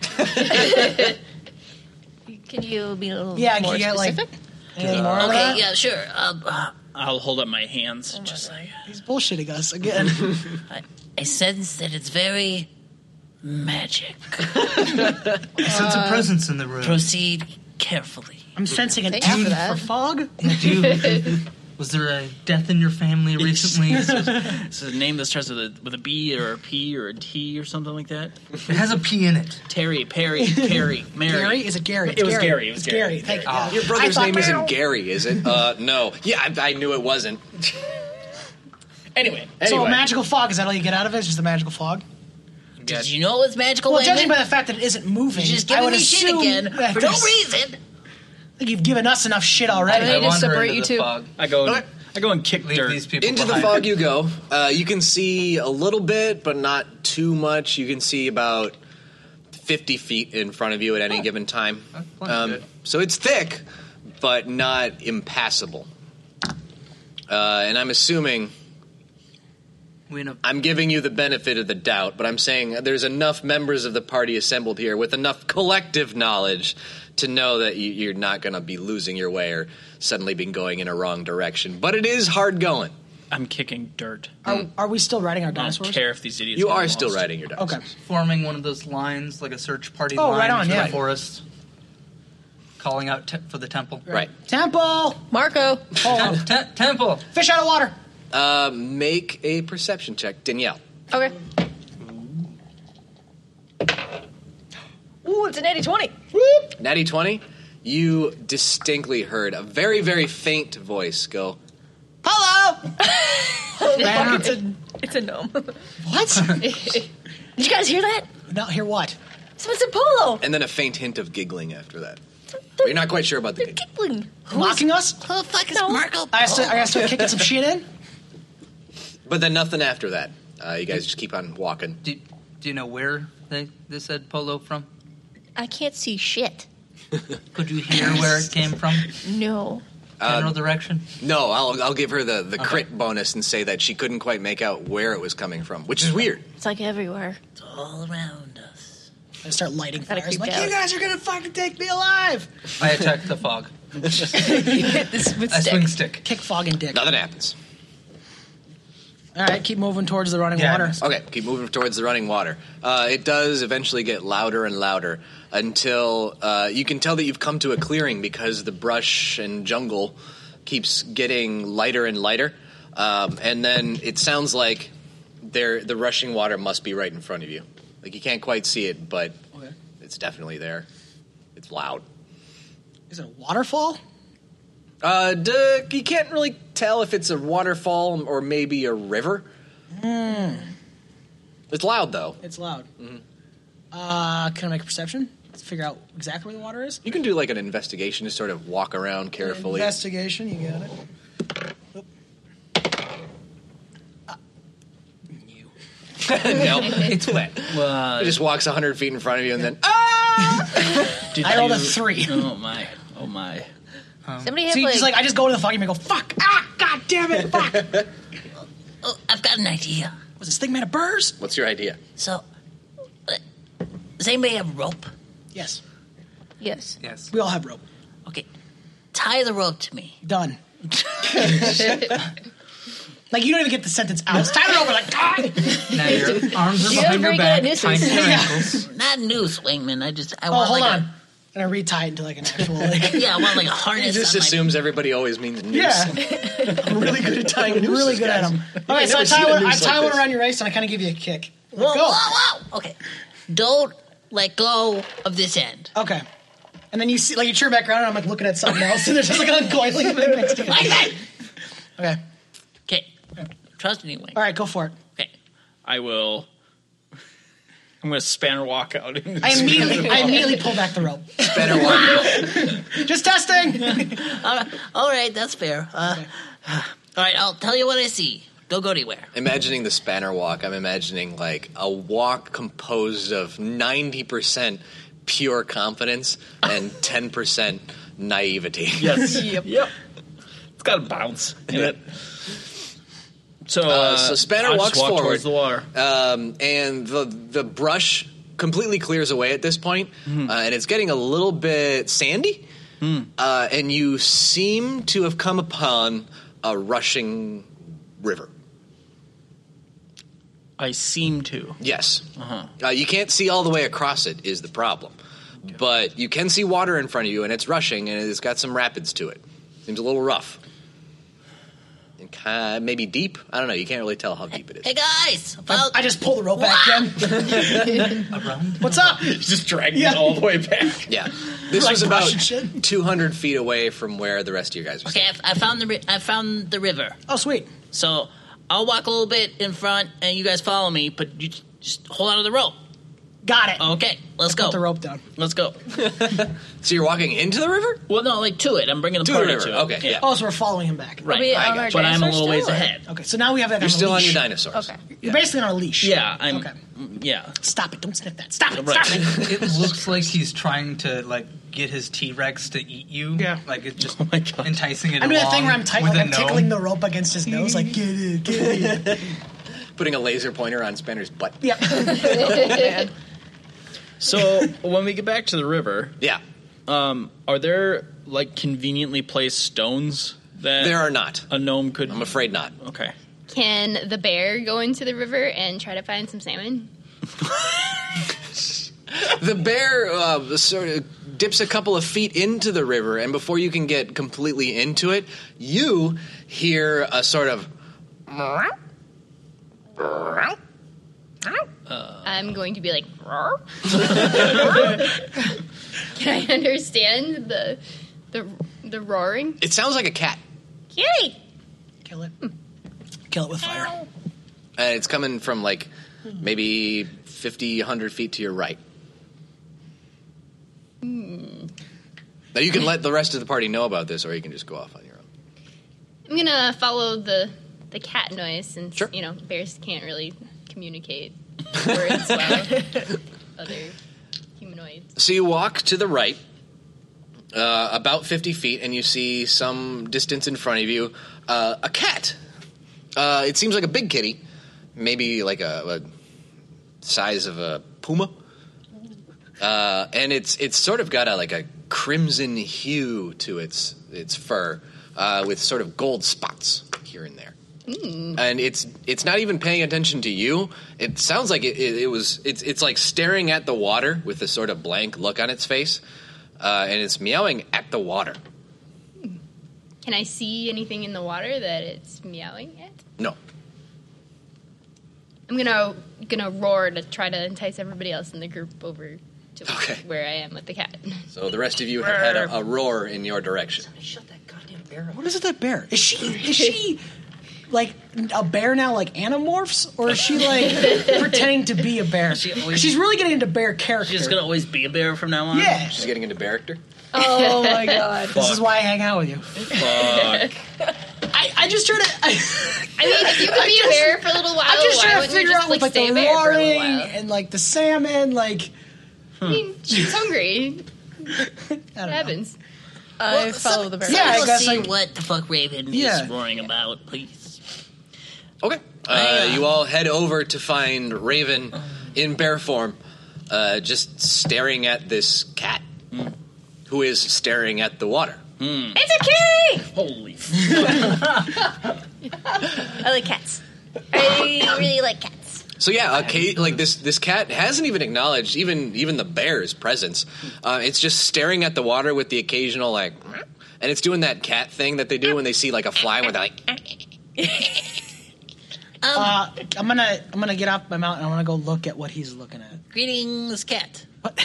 Can you be a little Yeah, more can you get, like, specific? Anything more okay, of that? yeah, sure. Um, uh, I'll hold up my hands. Oh, just like He's bullshitting us again. <laughs> I, I sense that it's very <laughs> magic. Uh, I sense Uh, a presence in the room. Proceed carefully. <laughs> I'm sensing an Thank after you for that. for fog. Dude, was there a death in your <laughs> family recently? This is, this is a name that starts with a, with a B or a P or a T or something like that. It has a P in it. Terry, Perry, <laughs> Carrie, Mary. Gary? Is it Gary? It was Gary. It was It's Gary. Gary. Thank Ah. God. Your brother's I thought- name isn't Gary, is it? Uh, no. Yeah, I, I knew it wasn't. Anyway, So Anyway. a magical fog, is that all you get out of it? Is just a magical fog? Did you know it was magical? Well, Wayman? judging by the fact that it isn't moving, You're just I giving would me shit assume again that for no there's- reason. I think you've given us enough shit already. I go. And, I go and kick dirt. These people Into the fog you go. Uh, you can see a little bit, but not too much. You can see about 50 feet in front of you at Oh. any given time. Um, so it's thick, but not impassable. Uh, and I'm assuming. I'm giving you the benefit of the doubt, but I'm saying there's enough members of the party assembled here with enough collective knowledge to know that you, you're not going to be losing your way or suddenly being going in a wrong direction. But it is hard going. I'm kicking dirt. Are, are we still riding our I dinosaurs? don't care if these idiots. You get are lost. still riding your dog. Okay. Forming one of those lines, like a search party Oh, line right on, through yeah. the forest. Calling out te- for the temple. Right. Temple! Marco! temple! Fish out of water! Uh, make a perception check, Danielle. Okay. Ooh, it's an 80 20. Natty 20, you distinctly heard a very, very faint voice go, <laughs> Hello! Banner. it's, a, it's a gnome. What? <laughs> Did you guys hear that? Not hear what? Someone said polo! and then a faint hint of giggling after that. But you're not quite sure about the giggling. Mocking us? Who Oh, the fuck is Marco? I guess I guess we're kicking some shit in. But then nothing after that. Uh, you guys just keep on walking. Do, do you know where they, they said polo from? I can't see shit. <laughs> Could you hear where it came from? No. General direction? Uh, No, I'll, I'll give her the, the crit bonus and say that she couldn't quite make out where it was coming from, which is weird. It's like everywhere. It's all around us. I start lighting Kinda fires. creeped Like, out. you guys are gonna fucking take <laughs> me alive! I attack the fog. <laughs> this with I swing stick. Kick fog and dick. Nothing happens. All right, keep moving towards the running water. Okay, keep moving towards the running water. Uh, it does eventually get louder and louder until uh, you can tell that you've come to a clearing because the brush and jungle keeps getting lighter and lighter. Um, and then it sounds like there the rushing water must be right in front of you. Like you can't quite see it, but Okay. it's definitely there. It's loud. Is it a waterfall? Uh, duh, you can't really tell if it's a waterfall or maybe a river. Hmm. Mm. It's loud though. It's loud. Uh, can I make a perception? Let's figure out exactly where the water is. You can do like an investigation to sort of walk around carefully. Investigation, you got it. <laughs> no, it's wet. Well, It just walks 100 feet in front of you and then. "Ah!" <laughs> Did I rolled a you- three. Oh my! Oh my! so you just like I just go to the fog and I go fuck. Ah, god damn it, fuck. Oh, I I've got an idea. Was this thing made of burrs? What's your idea? So, uh, does anybody have rope? Yes. Yes. Yes. We all have rope. Okay. Tie the rope to me. <laughs> Done. Like you don't even get the sentence out. It's tied over like "Ah!" God. Now your arms are behind your back, tied to your <laughs> ankles. Not noose, wingman. I just <laughs> I oh, want hold like on. and I retie it into like an actual <laughs> like yeah, I want <laughs> like a He harness. just on my- assumes everybody always means noose. Yeah. I'm really good at tying I'm really good at them. All right, I've so I never seen tie, a one, I noose tie like one this. around your waist and I kind of give you a kick. Whoa, whoa, go. whoa! Okay, don't let go of this end. Okay. And then you see, like, you turn back around and I'm like looking at something else and there's just like uncoiling the thing <laughs> next to you. Okay. Okay. Trust me, Wing. All right, go for it. I will. <laughs> I'm going to spanner walk out. into I the- <laughs> immediately, I immediately pull back the rope. Just testing. <laughs> all, right, all right, that's fair. Uh, All right, I'll tell you what I see. Don't go anywhere. Imagining the spanner walk, I'm imagining like a walk composed of 90% pure confidence and 10% naivety. Yes. yep. It's got to bounce in it. So, Uh, uh, so Spanner I'll just walks walk forward, towards the water. Um, and the the brush completely clears away at this point, Hmm. uh, and it's getting a little bit sandy. Uh, and you seem to have come upon a rushing river. I seem to. Yes, Uh-huh. uh, you can't see all the way across it is the problem, but you can see water in front of you, and it's rushing, and it's got some rapids to it. Seems a little rough, and kind maybe deep. I don't know. You can't really tell how deep it is. Hey guys, I, I just pull the rope back <laughs> <laughs> again. What's up? just dragged Yeah. all the way back. Yeah. This Like was about brush and 200 feet away from where the rest of you guys <laughs> were. Okay, I, I found the ri- I found the river. Oh, sweet. So I'll walk a little bit in front, and you guys follow me. But you j- just hold on to the rope. Got it. Okay, let's go. Put the rope down. Let's go. <laughs> so you're walking into the river? Well, no, like to it. I'm bringing the To the party river, to it. okay, yeah. Oh, so we're following him back. Right. Are we I on got our you. But I'm a dinosaur little ways still, or- ahead. Okay, so now we have that. You're on a still on leash. your dinosaurs. Okay. You're basically on a leash. Yeah, I'm. Okay. Yeah. Stop it! Don't sniff that. Stop it! Right. Stop it! it looks like he's trying to like get his T Rex to eat you. Yeah, like it's just enticing it. I'm doing that along thing where I'm, tight, with like, a I'm no. tickling the rope against his nose, like get it, get it. Putting a laser pointer on Spanner's butt. Yeah. <laughs> <laughs> So when we get back to the river, yeah. Um, are there like conveniently placed stones that There are not. A gnome could. I'm afraid not. Okay. Can the bear go into the river and try to find some salmon? The bear uh, sort of dips a couple of feet into the river, and before you can get completely into it, you hear a sort of. Uh, I'm going to be like, <laughs> "Roar." can I understand the the the roaring? It sounds like a cat, Kitty, Kill it. Kill it with fire. and it's coming from like maybe 50, 100 feet to your right. Hmm. Now you can let the rest of the party know about this, or you can just go off on your own. I'm gonna follow the the cat noise since you know bears can't really communicate words well. Other humanoids. So you walk to the right, uh, about 50 feet, and you see some distance in front of you uh, a cat. Uh, it seems like a big kitty, maybe like a, a size of a puma. Uh, and it's it's sort of got a like a crimson hue to its its fur, uh, with sort of gold spots here and there. Mm. And it's it's not even paying attention to you. It sounds like it, it, it was it's it's like staring at the water with this sort of blank look on its face, uh, and it's meowing at the water. Can I see anything in the water that it's meowing at? No, I'm gonna gonna roar to try to entice everybody else in the group over to where I am with the cat. <laughs> so the rest of you have had a, a roar in your direction. What is it that bear? Is she is she like a bear now like anamorphs? Or is she like <laughs> pretending to be a bear? She's really getting into bear character. She's gonna always be a bear from now on. Yeah. She's getting into character. Oh my god. This is Fuck. why I hang out with you. Fuck. I, I just try to <laughs> I, I mean, if you could <laughs> I be a just- bear for a little while, I'm just why trying to wouldn't you figure just, out like, with like stay a the bear for a little roaring and like the salmon, like hmm. I mean, she's um, hungry. I It happens. Well, some- some people see like- what the fuck Raven Yeah. is roaring about, please. Okay. <laughs> Uh, you all head over to find Raven in bear form, uh, just staring at this cat, Hmm. who is staring at the water. It's a king! Holy <laughs> I like cats. I really like cats. So yeah, uh, Kate, like this this cat hasn't even acknowledged even even the bear's presence. Hmm. Uh, it's just staring at the water with the occasional like, and it's doing that cat thing that they do when they see like a fly where they're like, uh, I'm gonna I'm gonna get off my mountain. I'm gonna go look at what he's looking at. Greetings, cat. What?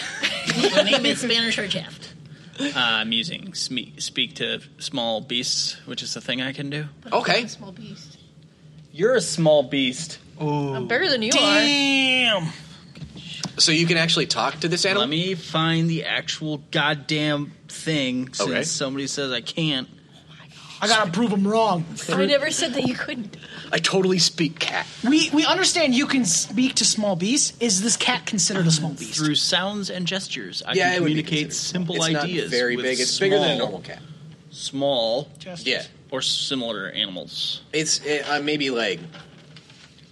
<laughs> My name <laughs> is Spanish Shaft. Uh, musing. Sme- speak to small beasts, which is the thing I can do. <laughs> Okay. Small beast. You're a small beast. I'm bigger than you Damn. are. So you can actually talk to this animal? Let me find the actual goddamn thing since Okay. somebody says I can't. I gotta prove him wrong. I never said that you couldn't. I totally speak cat. We we understand you can speak to small beasts. Is this cat considered a small beast? Through sounds and gestures, I Yeah, can it would be communicate simple It's not ideas. very with big. It's bigger than a small- normal cat. Small, Yeah. or similar animals. It's uh, maybe like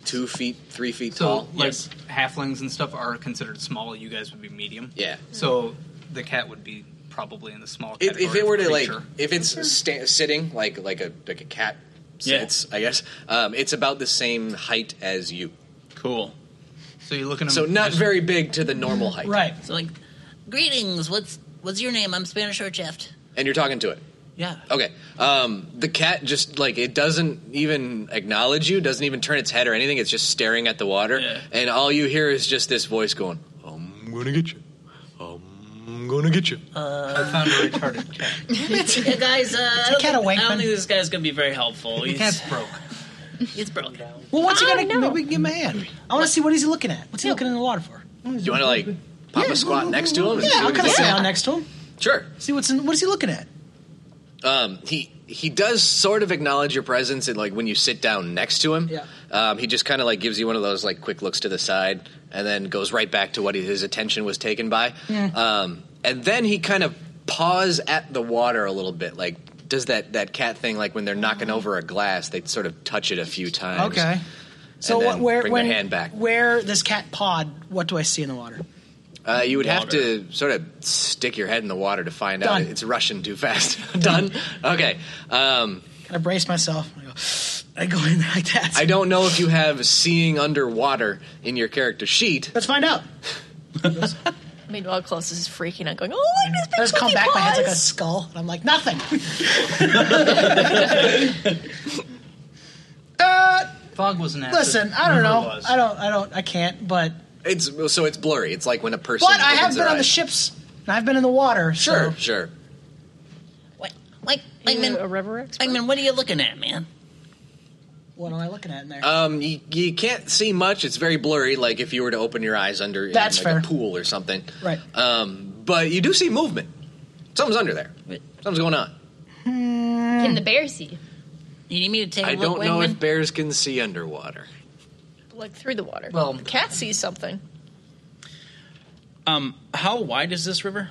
two feet, three feet So, tall. like halflings and stuff are considered small. You guys would be medium. Yeah. So the cat would be probably in the small. If, Category if it were of to like, <laughs> creature. if it's sta- sitting like like a like a cat Yeah. sits, I guess um, it's about the same height as you. Cool. So you're looking. So not very big to the normal height, right? So like, greetings. What's what's your name? I'm Spanish Shaft. And you're talking to it. Yeah. Okay. Um, the cat just like it doesn't even acknowledge you, doesn't even turn its head or anything. It's just staring at the water, and all you hear is just this voice going, "I'm gonna get you. I'm gonna get you." Uh, I found a retarded cat. <laughs> yeah, guys, uh, I, don't think, I don't think this guy's gonna be very helpful. The cat's <laughs> broke. He's broke. Well, what's he gonna? Maybe we can give him a hand. I want to see what he's looking at. What's he looking in the water for? You want to like pop a squat next to him? and Yeah, see I'll what kind of he's sit looking down at? next to him. Sure. See what's in. What is he looking at? Um, he he does sort of acknowledge your presence, and like when you sit down next to him, Yeah. um, he just kind of like gives you one of those like quick looks to the side, and then goes right back to what his attention was taken by. Mm. Um, and then he kind of paws at the water a little bit, like does that that cat thing, like when they're knocking over a glass, they sort of touch it a few times. Oh. Okay. and So then what, where bring when their hand back. where this cat pod? What do I see in the water? Uh, you would have Water. to sort of stick your head in the water to find Done. out. It's rushing too fast. <laughs> Done. Okay. Um, Kind of brace myself. I go, I go in there like that. I don't know if you have seeing underwater in your character sheet. Let's find out. Meanwhile, Close is freaking out, going, "Oh, look at this I just big come fluffy back. My head's like a paws." skull, and I'm like nothing. <laughs> uh, Fog was an. listen, I don't know. I don't. I don't. I can't. But It's so it's blurry. It's like when a person. but I opens have been their on the eyes. ships, and I've been in the water. so- Sure, sure. Like, like, man, a river expert? Like, man, what are you looking at, man? What am I looking at in there? Um, you, you can't see much. It's very blurry. Like if you were to open your eyes under in, That's like fair. a pool or something. Right. Um, but you do see movement. Something's under there. Something's going on. Can the bear see? You need me to take I don't know if bears can see underwater. like through the water. Well- the cat sees <gasps> something. Um, how wide is this river?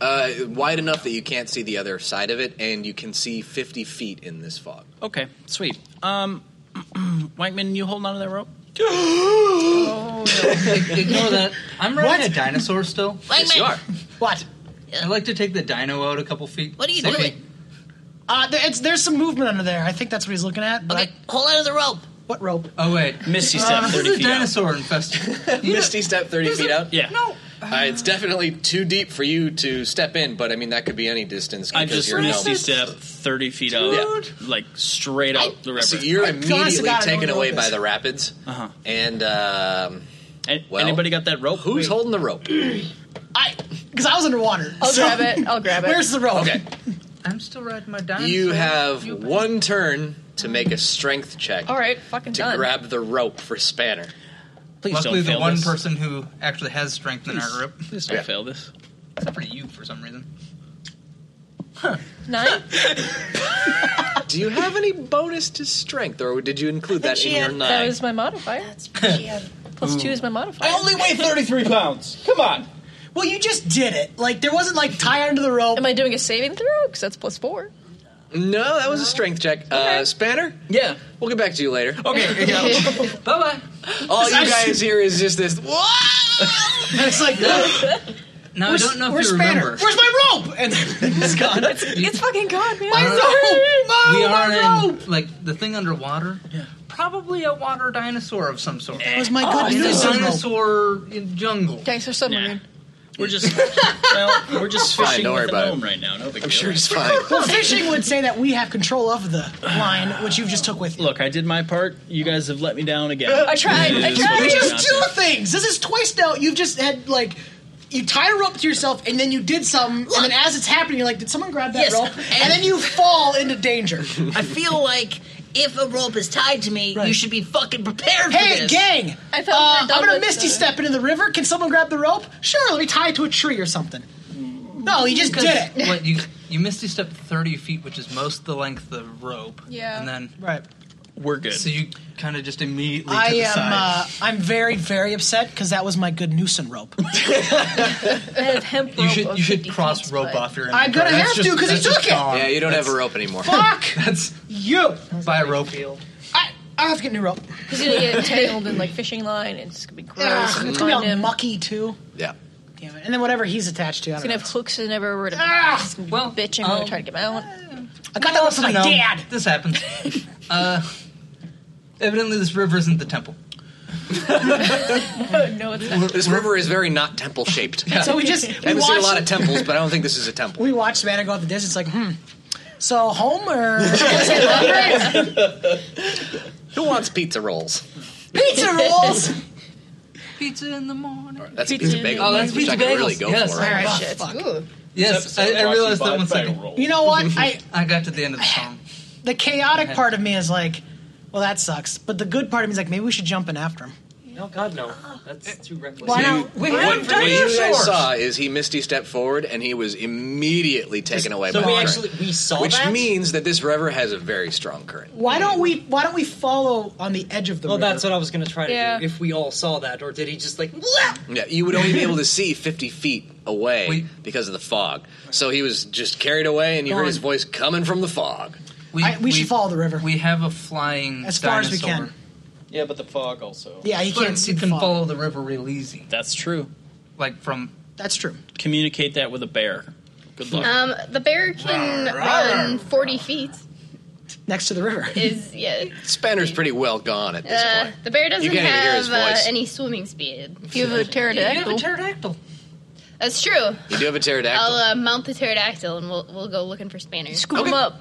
Uh, wide enough that you can't see the other side of it, and you can see 50 feet in this fog. Okay, sweet. Um, <clears throat> Wankman, you holding on to that rope? Ignore that. I'm riding a dinosaur still. Yes, you are. What? I'd like to take the dino out a couple feet. What are you Six doing? feet. Uh, there, it's, there's some movement under there. I think that's what he's looking at. But hold on to the rope. What rope? Oh wait, Misty step 30 this is feet a out. dinosaur infested. Misty step 30 feet out? Yeah. No. Uh, it's definitely too deep for you to step in, but I mean, that could be any distance. I because just you're misty no- step thirty feet up, like straight up the river. So you're immediately taken away by the rope. rapids. Uh-huh. And, um, anybody got that rope? Who's holding the rope? I because I was underwater. I'll so- grab it. I'll <laughs> grab it. Where's the rope? Okay. I'm still riding my dinosaur. You have one turn to make a strength check All right, fucking to done. grab the rope for Spanner. Please Luckily, don't the fail one this. person who actually has strength in our Please- group. Please don't fail this. Except for you, for some reason. Nine. <laughs> Do you have any bonus to strength, or did you include that in your nine? That was my modifier. Plus two is my modifier. I only weigh 33 pounds. Come on. Well, you just did it. Like there wasn't like tie under the rope. Am I doing a saving throw? Because that's plus four. No, that was a strength check. Uh, Spanner? Yeah. We'll get back to you later. Okay. bye bye. <laughs> All <laughs> you guys hear is just this. it's like <laughs> <laughs> now I Where's- don't know if where's you Spanner? remember. Where's my rope? And <laughs> <laughs> <laughs> it's gone. It's, it's fucking gone, man. I Why is don't know. we it- are my in rope? like the thing underwater. Yeah. Probably a water dinosaur of some sort. Eh. That was my oh, good dinosaur rope. dinosaur in jungle. Dinosaur submarine. We're just well, we're just Fine, fishing don't worry with a about it. gnome right now. No big I'm deal. sure <laughs> he's fine. Well, fishing would say that we have control of the line, which you've just took with you. Look, I did my part. You guys have let me down again. I tried, It is what You it <laughs> just is. do things. This is twice now. You've just had like. You tie a rope to yourself, and then you did something, and then as it's happening, you're like, "Did someone grab Yes, that rope?" Oh, And, then you fall into danger. I feel like if a rope is tied to me, you should be fucking prepared for Hey, this. gang! I we were uh, done I'm gonna with misty the- step into the river. Can someone grab the rope? Sure, let me tie it to a tree or something. No, you just Because, did it. <laughs> What you you misty stepped thirty feet, which is most the length of rope. Yeah. And then right. We're good. So you kind of just immediately I to the am. side. Uh, I'm very, very upset because that was my good Noosen <laughs> rope. you should you should cross rope off uh, your. I'm gonna inventory. have That's to just- 'cause he that's just took it. gone. Yeah, you don't That's- have a rope anymore. Fuck That's you. Buy a rope. I I have to get a new rope. He's gonna get tangled in like fishing line, and it's gonna be gross. Ugh, it's gonna be all Find him. mucky too. Yeah. Damn it. And then whatever he's attached to, I He's don't gonna know. have hooks and everywhere to well, bitch and um, try to get him out. I got that one from my No, dad. <laughs> This happens. uh, evidently, this river isn't the temple. no, it's This river is very not temple shaped. <laughs> So we just- I we <laughs> haven't seen a lot watched- of temples, but I don't think this is a temple. We watched Savannah go out the distance, like, hmm. So Homer is hungry. Who wants pizza rolls? pizza rolls. <laughs> Pizza in the morning. <laughs> That's a pizza bagel, Oh, that's which pizza I could really bagels. go yes. for. All right. Oh, Shit. fuck. Yes, I, I realized that one second. You know <laughs> what? I I got to the end of the song. the chaotic part of me is like, well, that sucks. But the good part of me is like, maybe we should jump in after him. No, God, no. That's too reckless. Why You- not? We what, have what dinosaurs. you guys saw is he misty stepped forward and he was immediately taken away so by we the actually- current. we saw which that? means that this river has a very strong current. Why don't we? Why don't we follow on the edge of the? Well, river? that's what I was gonna try to Yeah. do. If we all saw that, or did he just like? Yeah, you would only be <laughs> able to see 50 feet away because of the fog. So he was just carried away, and you heard his Gone. voice coming from the fog. We, we should follow the river. We have a flying As far as we dinosaur. can. Yeah, but the fog also. Yeah, you But can't see You the can fog. follow the river real easy. That's true. Like from That's true. Communicate that with a bear. Good luck. Uh, Um, the bear can run 40 feet. Next to the river. Is yeah. Spanner's pretty well gone at this Uh, point. the bear doesn't can't even hear his have uh, voice. any swimming speed. You have a pterodactyl. You have a pterodactyl. That's true. You do have a pterodactyl. I'll uh, mount the pterodactyl and we'll we'll go looking for spanners. Scoop 'em up.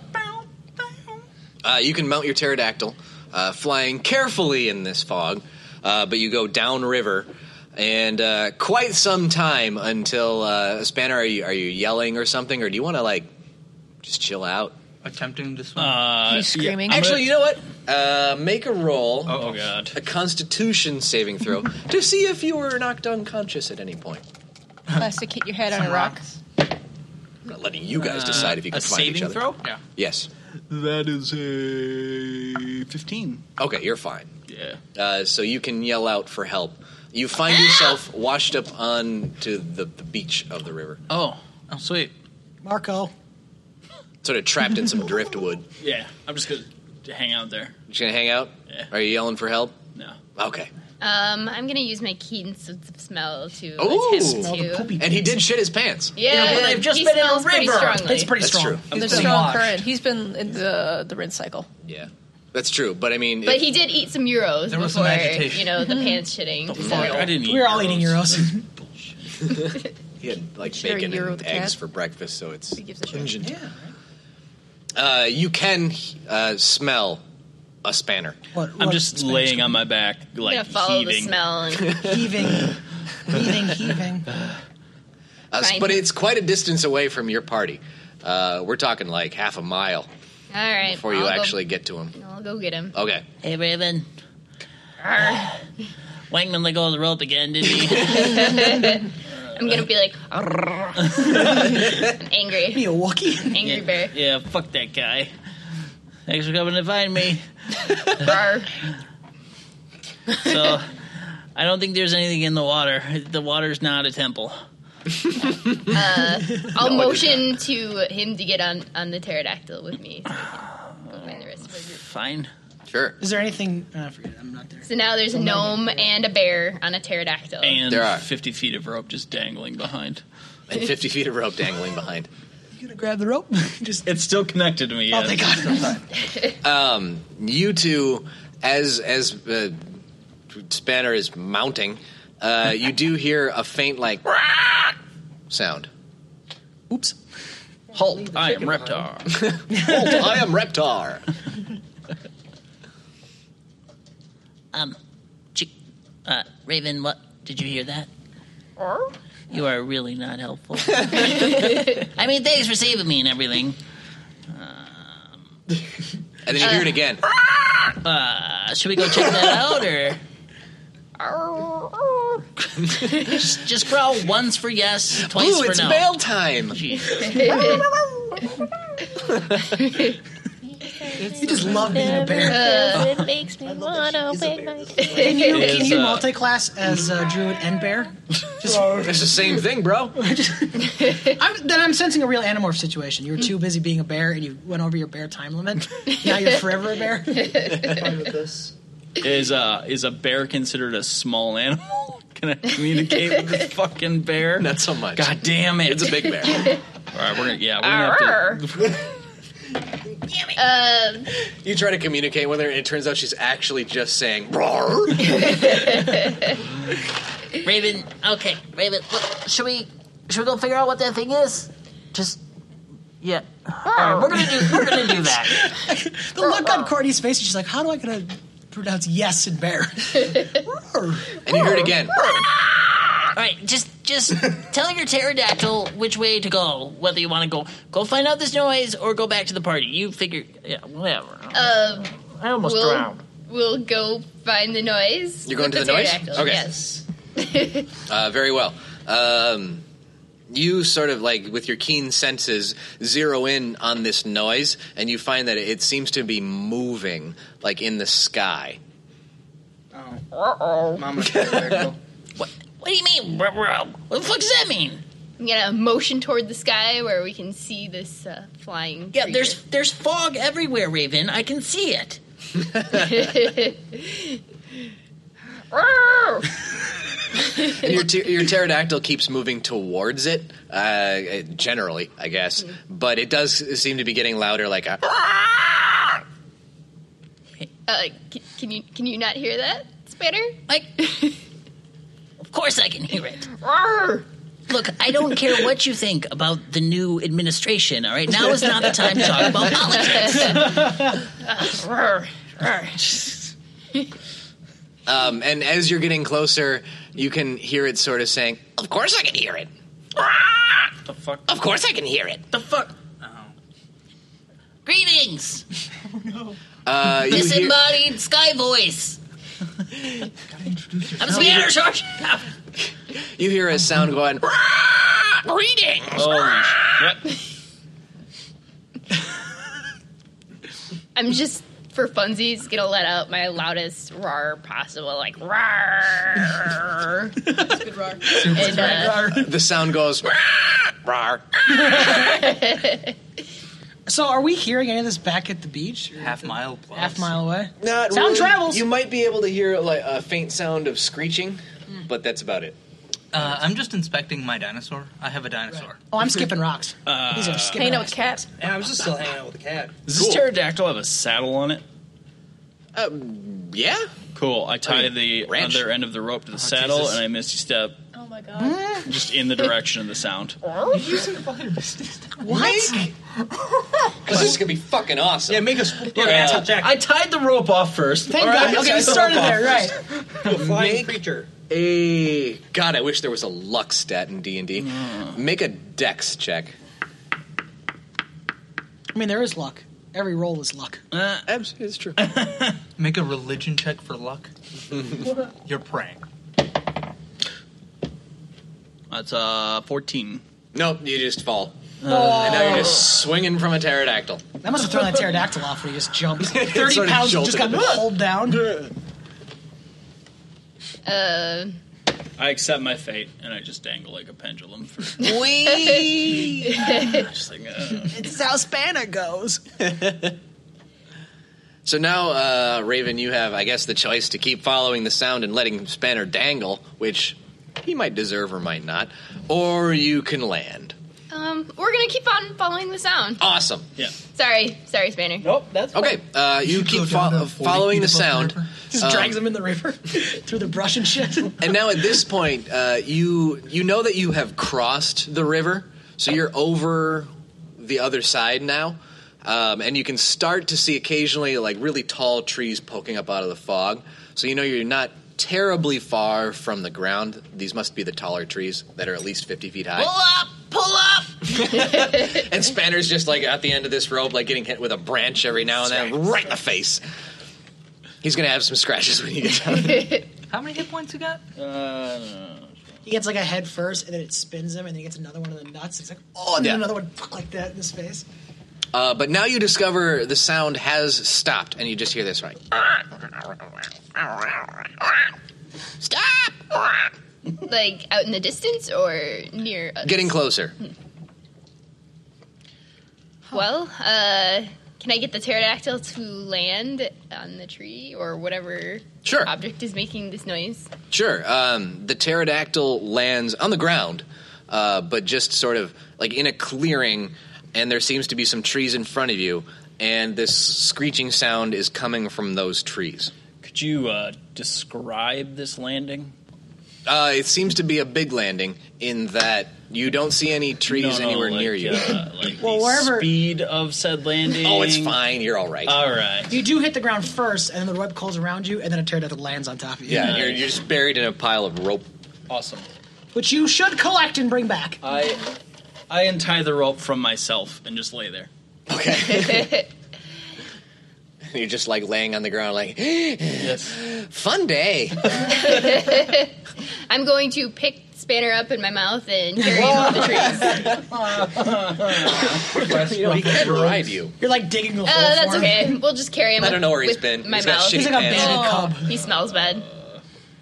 Uh, you can mount your pterodactyl, uh, flying carefully in this fog, uh, but you go downriver, and uh, quite some time until uh, Spanner. Are you are you yelling or something, or do you want to like just chill out? attempting to swim. Uh, He's screaming. Actually, you know what? Uh, make a roll. Oh, oh, God. A Constitution saving throw <laughs> <laughs> to see if you were knocked unconscious at any point. Plastic hit your head on a rock. I'm not letting you guys decide if you Uh, can a find each saving other. throw? Yeah. Yes. That is a fifteen. Okay, you're fine. Yeah. Uh, so you can yell out for help. You find yourself washed up onto the, the beach of the river, Oh, oh, sweet. Marco. sort of trapped in some driftwood. Yeah, I'm just gonna hang out there. Just gonna hang out. Are you yelling for help? No. Okay. Um, I'm gonna use my keen sense of smell to Ooh. attempt to. And he did shit his pants. Yeah, Yeah, but he they've just been in a smells pretty river. strongly. It's pretty That's strong. true. He's There's been strong washed. current. He's been in the the rinse cycle. Yeah, that's true. But I mean, But if- he did eat some euros There before, was some agitation. <laughs> you know, the pants shitting. so- I didn't eat We were all eating <laughs> euros. <laughs> he had like Share a bacon euro with and the cat? eggs for breakfast, so it's gives a shit? pungent. Uh, you can uh, smell a spanner. I'm just laying on my back, I'm gonna like follow heaving. the smell. <laughs> And heaving, heaving, heaving. Uh, s- Fine. but it's quite a distance away from your party. Uh, we're talking like half a mile all right, before you I'll actually get to him. Go, I'll go get him. <laughs> Okay. Hey, Raven. Wangman let go of the rope again, didn't <laughs> he? <laughs> I'm gonna be like, <laughs> I'm angry. Be a Wookie. Angry bear. yeah, fuck that guy. Thanks for coming to find me. so, I don't think there's anything in the water. The water's not a temple. <laughs> Uh, <laughs> I'll No, I did motion to him to get on, on the pterodactyl with me. So, we can go find the rest of our group. Fine. Sure. Is there anything? Uh, forget it. I'm not there. so now there's a gnome and a bear on a pterodactyl. And Uh, There are. 50 feet of rope just dangling behind. And 50 feet of rope dangling behind. You gonna grab the rope? just it's <laughs> still connected to me. Oh, yeah. thank God. um, you two, as as uh, Spanner is mounting, uh, you do hear a faint like <laughs> "Rah!" sound. Oops. Halt! I am Reptar. Halt, I am Reptar. Um, Ch- uh, Raven, what did you hear that? You are really not helpful. I mean, thanks for saving me and everything. <laughs> And then you hear it again. Ah! Uh, should we go check that out, <laughs> or just, just growl once for yes, twice Ooh, for it's no? mail time. You just love being a bear. it <laughs> makes me wanna wake my Can you, It can is, you uh, multi-class as uh, druid and <laughs> bear? Just, It's the same thing, bro. I'm, then I'm sensing a real animorph situation. You were too busy being a bear, and you went over your bear time <laughs> limit. now you're forever a bear. Fine with this. is uh is a bear considered a small animal? <laughs> Can I communicate with this fucking bear? Not so much. God damn it! It's a <laughs> big bear. All right, we're gonna yeah we're gonna <laughs> have to. Um, You try to communicate with her, and it turns out she's actually just saying "Roar." Raven, okay, Raven, what, should we should we go figure out what that thing is? Just yeah, All right, we're gonna do we're gonna do that. Oh. <laughs> The look on Courtney's face, she's like, "How do I gonna pronounce yes in bear?" <laughs> and you hear it again. All right, just just tell your pterodactyl which way to go. Whether you want to go go find out this noise or go back to the party, you figure. Yeah, whatever. uh, I almost we'll, drowned. We'll go find the noise. You're going with to the noise? pterodactyl, Okay. Yes. Uh, very well. Um, you sort of like, with your keen senses, zero in on this noise, and you find that it seems to be moving, like in the sky. Uh-oh. Mama <laughs> What do you mean? What the fuck does that mean? I'm gonna motion toward the sky where we can see this uh, flying. Yeah, there's there's fog everywhere, Raven. I can <laughs> see it. <laughs> <laughs> And your, ter- your pterodactyl keeps moving towards it, uh, generally, I guess, but it does seem to be getting louder, like a. Uh, can, can you can you not hear that, Spanner? <laughs> Like, Of course I can hear it. Look, I don't care what you think about the new administration, all right? Now is not the time to <laughs> talk about politics. Um, and as you're getting closer, you can hear it sort of saying, Of course I can hear it. The fuck? Of course I can hear it. The fuck? Greetings, Uh, you hear- disembodied sky voice. I'm Spanner Shark. You hear a sound going. Ah, Greetings. <laughs> Oh, I'm just for funsies gonna let out my loudest roar possible, like roar. <laughs> And, uh, the sound goes. Rawr. <laughs> so, are we hearing any of this back at the beach? Half mile plus. Half mile away. Not Sound really. travels. You might be able to hear like a faint sound of screeching, but that's about it. Uh, I'm just inspecting my dinosaur. I have a dinosaur. Oh, I'm skipping rocks. These are skipping. Hanging out rocks. with cats. Yeah, I was just still hanging out with the cat. Does this pterodactyl have a saddle on it? Um, yeah. Cool. I tie the Oh, ranch. Oh, other end of the rope to the saddle, Jesus. and I misty step Oh my god. <laughs> just in the direction of the sound. What? Because this is gonna be fucking awesome. Yeah, make us. Yeah. Jack, I tied the rope off first. Thank God. <laughs> Okay, we started there, right? a flying make- creature. a God, I wish there was a luck stat in D and D. Mm. Make a dex check. I mean, there is luck. Every roll is luck. Uh, Absolutely, <laughs> it's true. Make a religion check for luck. You're praying. that's uh <laughs> fourteen. Nope, you just fall, Oh. and now you're just swinging from a pterodactyl. That must have thrown that pterodactyl off when he just jumped. Thirty sort of pounds just jolted got him. pulled down. uh, <laughs> I accept my fate and I just dangle like a pendulum for We. just like uh, <laughs> it's how Spanner goes. So now, uh, Raven, you have, I guess, the choice to keep following the sound and letting Spanner dangle, which he might deserve or might not, or you can land. Um, we're gonna keep on following the sound. Awesome. Yeah. Sorry, sorry, Spanner. Nope, that's okay. Uh, you, keep fo- following the sound. Just Um, drags him in the <laughs> river <laughs> through the brush and shit. <laughs> and now at this point, uh, you you know that you have crossed the river, so you're over the other side now, um, and you can start to see occasionally like really tall trees poking up out of the fog. So you know you're not terribly far from the ground. These must be the taller trees that are at least fifty feet high. Pull up! Pull up! and Spanner's just like at the end of this rope, like getting hit with a branch every now and then, right in the face. He's gonna have some scratches when you get down. <laughs> How many hit points you got? Uh, He gets like a head first, and then it spins him, and then he gets another one in the nuts. He's like, oh, and then Yeah. another one <laughs> fuck, like that in his face. Uh, but now you discover the sound has stopped, and you just hear this right. Ah! Stop! <laughs> like out in the distance or near us? Hmm. Getting closer. Well, uh, can I get the pterodactyl to land on the tree or whatever Sure. object is making this noise? Sure. Um, the pterodactyl lands on the ground, uh, but just sort of like in a clearing, and there seems to be some trees in front of you, and this screeching sound is coming from those trees. Could you uh, describe this landing? Uh, it seems to be a big landing in that you don't see any <laughs> trees no, anywhere like, near you. uh, Well, wherever speed of said landing. <laughs> oh, it's fine. You're all right. All right. you do hit the ground first, and then the web coils around you, and then a pterodactyl lands on top of you. Yeah, you're, you're just buried in a pile of rope. Awesome. which you should collect and <laughs> bring back. <laughs> I I untie the rope from myself and just lay there. <laughs> You're just like laying on the ground, like <gasps> <laughs> yes. Fun <laughs> day. <laughs> I'm going to pick Spanner up in my mouth and carry him up the trees. you know, he can't ride you. You're like <laughs> digging a Oh, hole that's for him. okay. We'll just carry him. I don't with- know where he's with been. My He's got mouth. shitty He's like a pants. bandit cub. He smells bad.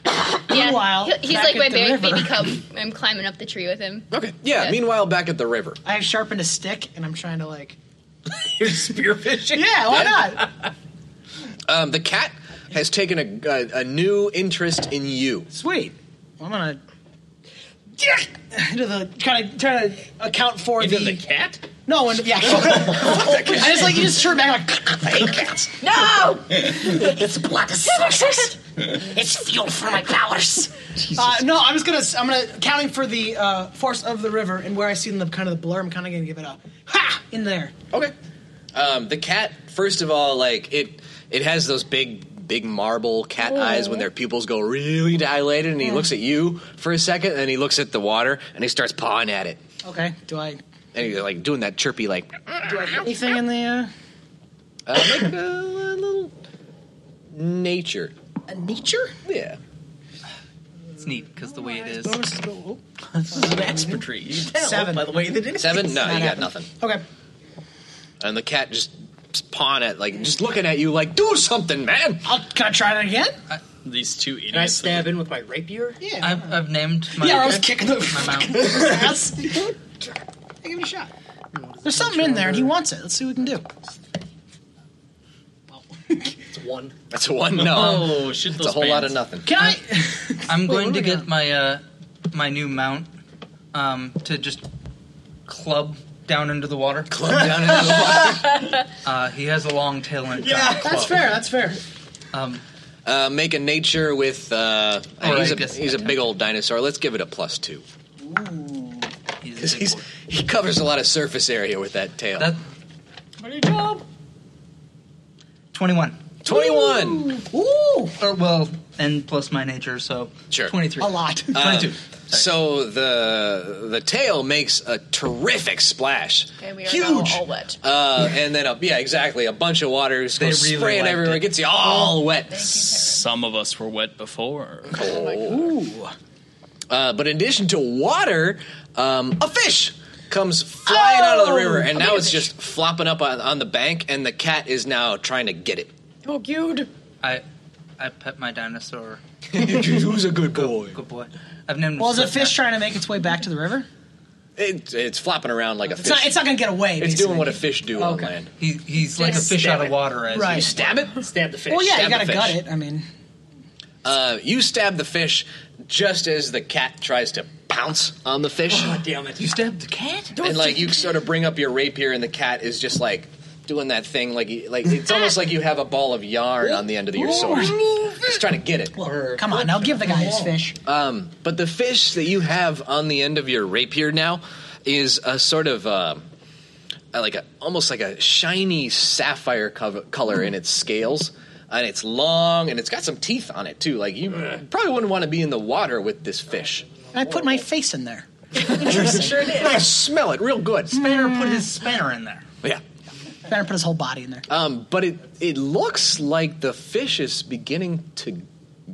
yeah, Meanwhile, he- he's like back at my the ba- river. baby cub. I'm climbing up the tree with him. Okay. Yeah, meanwhile, back at the river. I have sharpened a stick, and I'm trying <laughs> to like. You're spearfishing? Yeah, why not? Um, the cat has taken a, a, a new interest in you. Sweet. Well, I'm gonna. Into the trying <laughs> to try to account for the, cat. No, and yeah, <laughs> I just like you just turn back like I hate cats. No! it's blood is delicious. It's fuel for my powers. Uh, no, I'm just gonna I'm gonna counting for the uh, force of the river and where I see in the kind of the blur. I'm kind of gonna give it a ha in there. Okay. Um, the cat, first of all, like it, it has those big, big marble cat eyes when their pupils go really dilated, and he Mm. looks at you for a second, and he looks at the water, and he starts pawing at it, Okay. Do I and he's like doing that chirpy, like do I hit anything in the uh, uh, make a, little nature. a nature? Yeah. It's neat because the way it is. This is an expertry. You can tell Seven. by the way that it is. Seven? No, Not you got happening. nothing. Okay. And the cat just pawing at, like just looking at you, like do something, man. I'll, can I try that again? These two idiots. in with my rapier? Yeah. I've, I've named my. yeah, I was cat kicking the my mouth. ass. I give it a shot. There's something in there, and he wants it. Let's see what we can do. It's one. That's a one. No. Oh, shit, It's a those whole lot of pants. nothing. <laughs> Can I? I'm Wait, going what to do we get my uh, my new mount um, to just club down into the water. Club down into the water. <laughs> uh, he has a long tail and it Yeah, kinda that's clubs. fair. That's fair. Um, Uh, make a nature with. Uh, All he's, right, a, guess he's a big old dinosaur. Let's give it a plus two. Because a he's he covers a lot of surface area with that tail. That- Twenty-one. 21. Ooh. Or well, and plus my nature, so Sure. twenty-three. A lot. Um, Twenty-two. so the the tail makes a terrific splash. Okay, we are now Huge. all wet. Uh, and then a, yeah, exactly. A bunch of water just goes really spraying liked everywhere. it. Gets you all wet. Some of us were wet before. Ooh. Uh, but in addition to water, um, a fish comes flying out of the Oh! river, and A now bigger it's just flopping up on, on the bank, and the cat is now trying to get it. Oh, dude. I I pet my dinosaur. <laughs> Who's a good boy? Good boy. I I've known. Well, is a it fish trying to make its way back to the river? It, it's flopping around like a It's fish. not. It's not going to get away. It's basically. doing what a fish do on Okay. land. He, he's like a fish out of water. As Right. You stab it. Stab the fish. Well, yeah, Stab you the got to fish. gut it. I mean, Uh, you stab the fish just as the cat tries to pounce on the fish. Oh, damn it. You stabbed the cat? and like you sort of bring up your rapier, and the cat is just like doing that thing, like he- like it's almost like you have a ball of yarn on the end of your sword. He's trying to get it. come on, now give the guy his fish. Um, but the fish that you have on the end of your rapier now is a sort of uh, a- like a almost like a shiny sapphire cov- color in its scales, and it's long and it's got some teeth on it too. Like you probably wouldn't want to be in the water with this fish. And I put my face in there. sure did. I smell it real good. Spanner put his spanner in there. Yeah. Mm. Spanner put his whole body in there. Um, but it it looks like the fish is beginning to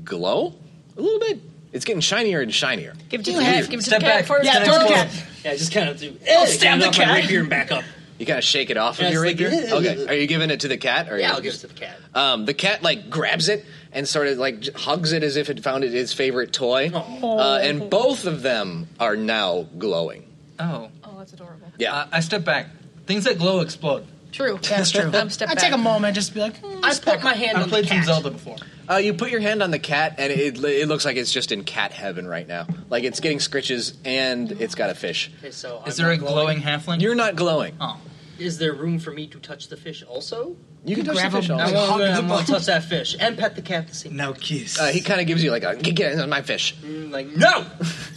glow a little bit. It's getting shinier and shinier. Give it to to the the cat, give it to the cat first. Yeah, Throw just it. kind of- yeah, just kind of do. I'll eh, stab kind of the knock my cat. Rapier and back up. <laughs> You kind of shake it off Yeah, of your it's rapier. like, eh, "Ugh." okay, are you giving it to the cat? Or Yeah, I'll give it to the cat. Um, the cat like grabs it and sort of like j- hugs it as if it found it its favorite toy. Uh, and both of them are now glowing. Oh. Oh, that's adorable. Yeah, I step back. Things that glow explode. True. That's true. I'm step I back. take a moment just to be like, hmm, I just put back my up. hand I on the played some Zelda before. Uh, you put your hand on the cat, and it it looks like it's just in cat heaven right now. Like it's getting scritches, and it's got a fish. Okay, so Is I'm there a not glowing halfling? You're not glowing. Oh. Is there room for me to touch the fish also? You can touch the fish. I also. want to touch that fish and <laughs> pet the cat at the same No kiss. Uh, he kind of gives you like a get, get it, my fish. time. Like, no! <laughs>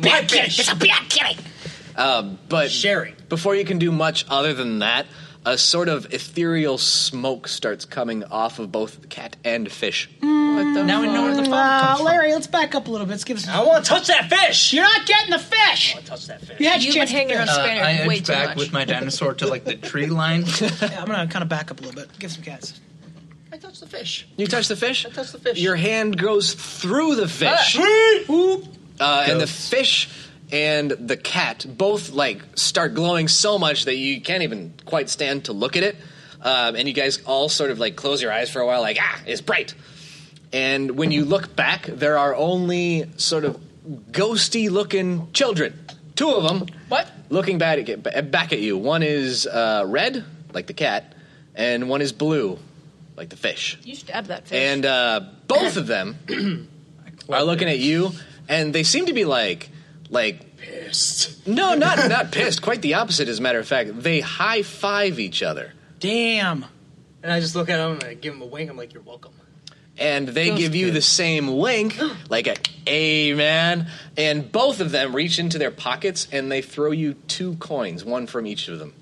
Bad kid. It's a bad kitty. Um, but sharing before you can do much other than that, a sort of ethereal smoke starts coming off of both cat and fish. now we know where the fun uh, comes from. Larry, let's back up a little bit. Let's give us. I want to touch that fish. You're not getting the fish. touch Oh, that fish. You had You your would chance. hang around Uh, Spanner I way edge too back much. with my dinosaur to like the tree line. Yeah, <laughs> I'm gonna kind of back up a little bit. Give some cats. I touched the fish. You touch the fish. I touch the fish. Your hand goes through the fish, uh, and the fish and the cat both like start glowing so much that you can't even quite stand to look at it. Um, and you guys all sort of like close your eyes for a while, like ah, it's bright. And when you look back, there are only sort of ghosty-looking children. Two of them. What? Looking back at get- back at you. One is uh, red, like the cat, and one is blue, like the fish. You stab that fish. And uh, both of them are looking at you, and they seem to be like, like pissed. No, not not pissed. Quite the opposite, as a matter of fact. They high five each other, Damn. <laughs> And I just look at him and I give him a wink. I'm like, you're welcome. and they Those give you the same wink, like a amen. And both of them reach into their pockets and they throw you two coins, one from each of them.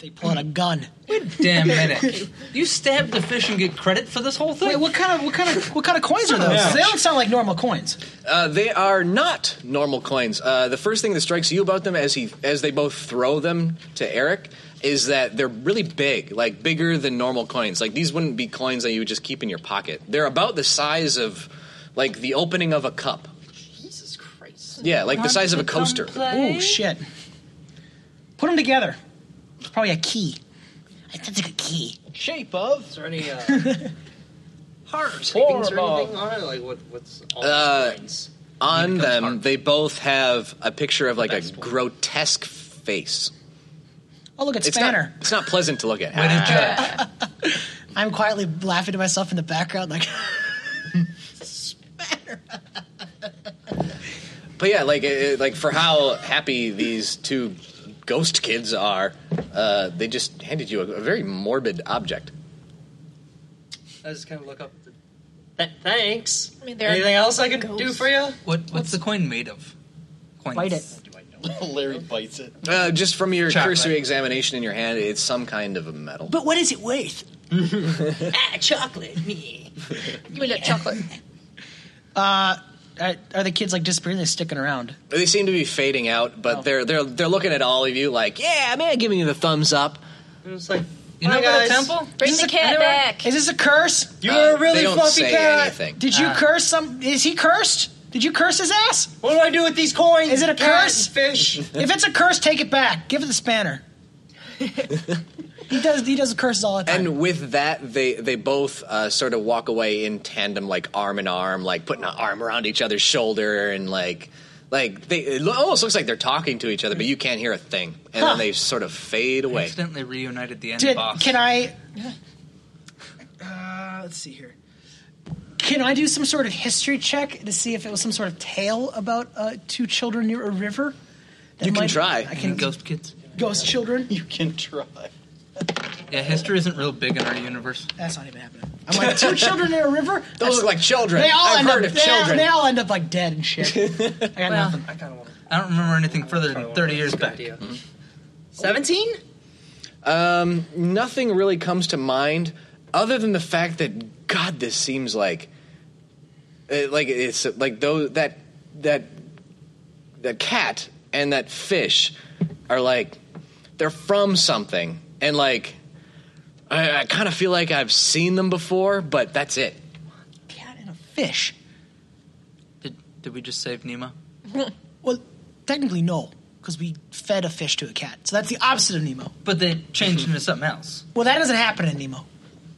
They pull out a gun. <laughs> Damn minute. You stabbed the fish and get credit for this whole thing? Wait, what kind of what kind of what kind of coins are those? Yeah. They don't sound like normal coins. Uh, they are not normal coins. Uh, the first thing that strikes you about them as he as they both throw them to Eric is that they're really big, like bigger than normal coins. Like these wouldn't be coins that you would just keep in your pocket. They're about the size of like the opening of a cup. Jesus Christ. Yeah, like the size of a coaster. Oh shit! Put them together. It's probably a key. That's like a key. Shape of? Is there any <laughs> uh, heart things or anything on it? Like, what, what's all Uh, these coins? On them, they both have a picture of like a grotesque face. Oh look, it's, It's not, Spanner. it's not pleasant to look at. <laughs> I'm quietly laughing to myself in the background, like <laughs> But yeah, like it, like for how happy these two ghost kids are, uh, they just handed you a, a very morbid object. I just kind of look up. The, Th- thanks. I mean, there are anything else I can do ghosts. for you? What what's the coin made of? Coins. bite it. Larry bites it. Uh, just from your Chocolate. cursory examination in your hand, it's some kind of a metal. But what is it <laughs> worth? ah, chocolate. Give me that chocolate. <laughs> Uh, are are the kids like disappearing? They're sticking around. They seem to be fading out, but Oh. they're they're they're looking at all of you like, yeah, man, giving you the thumbs up. It's like, You Hi, know about guys. a temple? Bring the cat back. Is this a curse? You're Uh, a really they don't fluffy say cat. anything. Did you Uh. curse some? Is he cursed? Did you curse his ass? What do I do with these coins? Is it a Cat, curse? <laughs> Fish. if it's a curse, take it back. Give it the spanner. He does. He does curses all the time. And with that, they they both uh, sort of walk away in tandem, like arm in arm, like putting an arm around each other's shoulder, and like like they it lo- almost looks like they're talking to each other, but you can't hear a thing. And Huh. then they sort of fade away. Instantly reunited the end Did, boss. can I? Uh, let's see here. Can I do some sort of history check to see if it was some sort of tale about uh, two children near a river? That You can might- try. I can Ghost kids. Ghost children. You can try. Yeah, history isn't real big in our universe. That's not even happening. I'm <laughs> like two children near a river. Those That's- look like children. They all I've end heard up. of they, all- children. they all end up like dead and shit. <laughs> I got nothing. I don't remember anything further than 30 years back. Seventeen. Um, nothing really comes to mind other than the fact that God, this seems like uh, like it's like those that that that cat and that fish are like they're from something, and like I, I kind of feel like I've seen them before, but that's it. Fish. Did, did we just save Nemo? well, technically no, because we fed a fish to a cat, so that's the opposite of Nemo. But they changed into something else. Well, that doesn't happen in Nemo.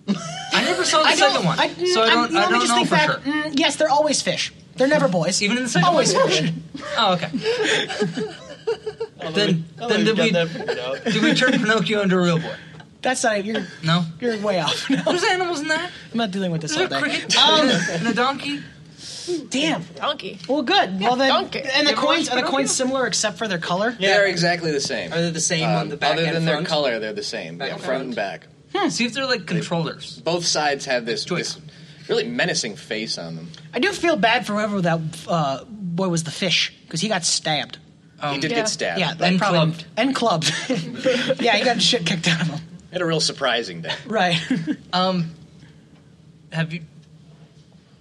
I never saw the I don't- second one, I- mm, so I I'm- don't, I let me don't just know think for back. sure. Mm, yes, they're always fish. They're never boys. Even in the second always one? fish. <laughs> Oh, okay. then then did we, did we turn Pinocchio into a real boy? That's not you're no. You're way off. <laughs> now. There's animals in that. I'm not dealing with this all There's a day. cricket Um, and a donkey. damn. Donkey. Well, good. Well, then, Donkey. and the You ever coins watch are the Pinocchio? coins similar except for their color. They're exactly the same. Are they the same on the back Other and than their front? color, they're the same. yeah, front and back. Hmm, See if they're like controllers. Both sides have this, this really menacing face on them. I do feel bad for whoever that uh, boy was the fish because he got stabbed. Um, He did get Yeah. stabbed. Yeah, that And probably, clubbed. And clubbed. <laughs> yeah, he got shit kicked out of him. Had a real surprising day. Right. <laughs> Um, have you?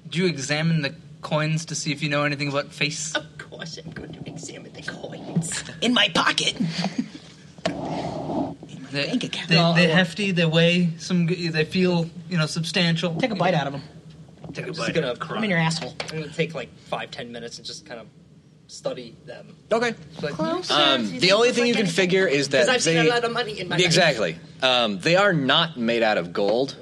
Do you examine the coins to see if you know anything about face? Of course, I'm going to examine the coins. In my <laughs> pocket. They, bank account. They, No, I they won't. hefty. They weigh some. g- They feel you know substantial. Take a bite out of them. Take I'm just gonna. I'm in your asshole. I'm gonna take like five, ten minutes and just kind of study them. Okay. Like, Um, the only thing you can figure is that Because I've they, seen a lot of money in my life. exactly. Um, they are not made out of gold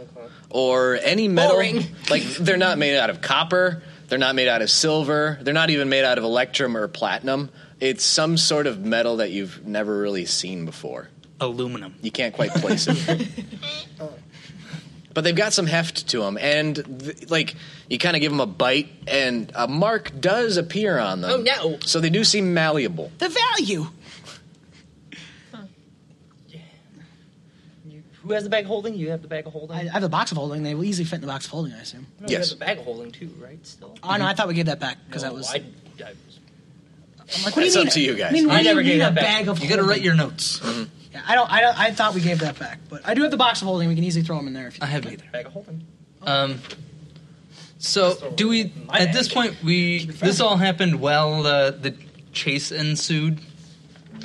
or any metal. <laughs> Like they're not made out of copper. They're not made out of silver. They're not even made out of electrum or platinum. It's some sort of metal that you've never really seen before. Aluminum. You can't quite place <laughs> it. But they've got some heft to them, and th- like you kind of give them a bite, and a mark does appear on them. Oh, no. So they do seem malleable. The value. Who has the bag of holding? You have the bag of holding. I, I have a box of holding. They will easily fit in the box of holding, I assume. No, You have the bag of holding too, right? Still. Oh no, I thought we gave that back because that No, was. I, I, I'm like, what do you mean? I, mean, what do you mean a bag of You gotta holding? write your notes. Mm-hmm. Yeah, I don't. I don't. I thought we gave that back, but I do have the box of holding. We can easily throw them in there. If you I have neither. Bag of holding. Um. So do we? At this point, we this all happened while uh, the chase ensued.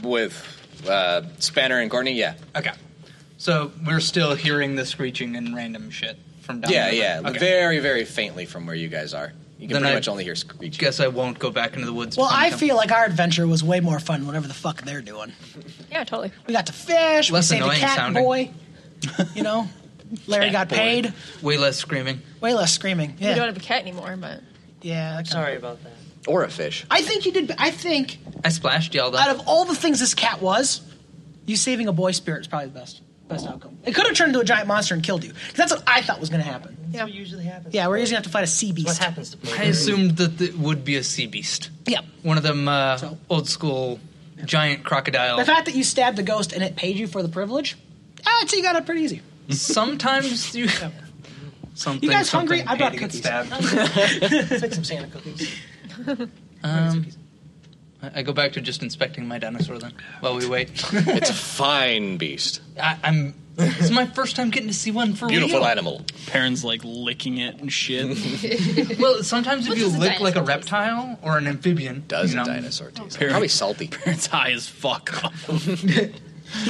With uh, Spanner and Courtney, yeah. Okay. So we're still hearing the screeching and random shit from down Yeah, the river. yeah, Okay. very, very faintly from where you guys are. You can Then pretty I much only hear screeching. Guess I won't go back into the woods. Well, when I come- <laughs> feel <laughs> like our adventure was way more fun. Whatever the fuck they're doing, Yeah, totally. we got to fish. Less we saved a annoying cat sounding. <laughs> boy. You know, Larry got Boy. paid. Way less screaming. Way less screaming. We Yeah. don't have a cat anymore, but Yeah. Sorry about that. Or a fish. I think you did. I think I splashed yelled out out. of all the things this cat was, you saving a boy spirit is probably the best best outcome. It could have turned into a giant monster and killed you. 'Cause That's what I thought was going to happen. That's what usually happens. Yeah, we're usually gonna have to fight a sea beast. What happens to I assumed that it would be a sea beast. Yeah. One of them uh, old school giant crocodile. The fact that you stabbed a ghost and it paid you for the privilege, I'd say you got it pretty easy. Sometimes you. Something, You guys something hungry? I brought paid to get cookies. stabbed. <laughs> Let's make some Santa cookies. Um, <laughs> I I go back to just inspecting my dinosaur then while we wait. <laughs> <laughs> it's a fine beast. I, I'm. This is my first time getting to see one Oh, for <laughs> Beautiful real. animal. Perrin's like licking it <laughs> and shit. <laughs> well, sometimes if What you does a lick like a dinosaur taste Oh, reptile or an amphibian, Does you a know. dinosaur taste? Parent- Probably <laughs> salty. Perrin's high as <laughs> fuck.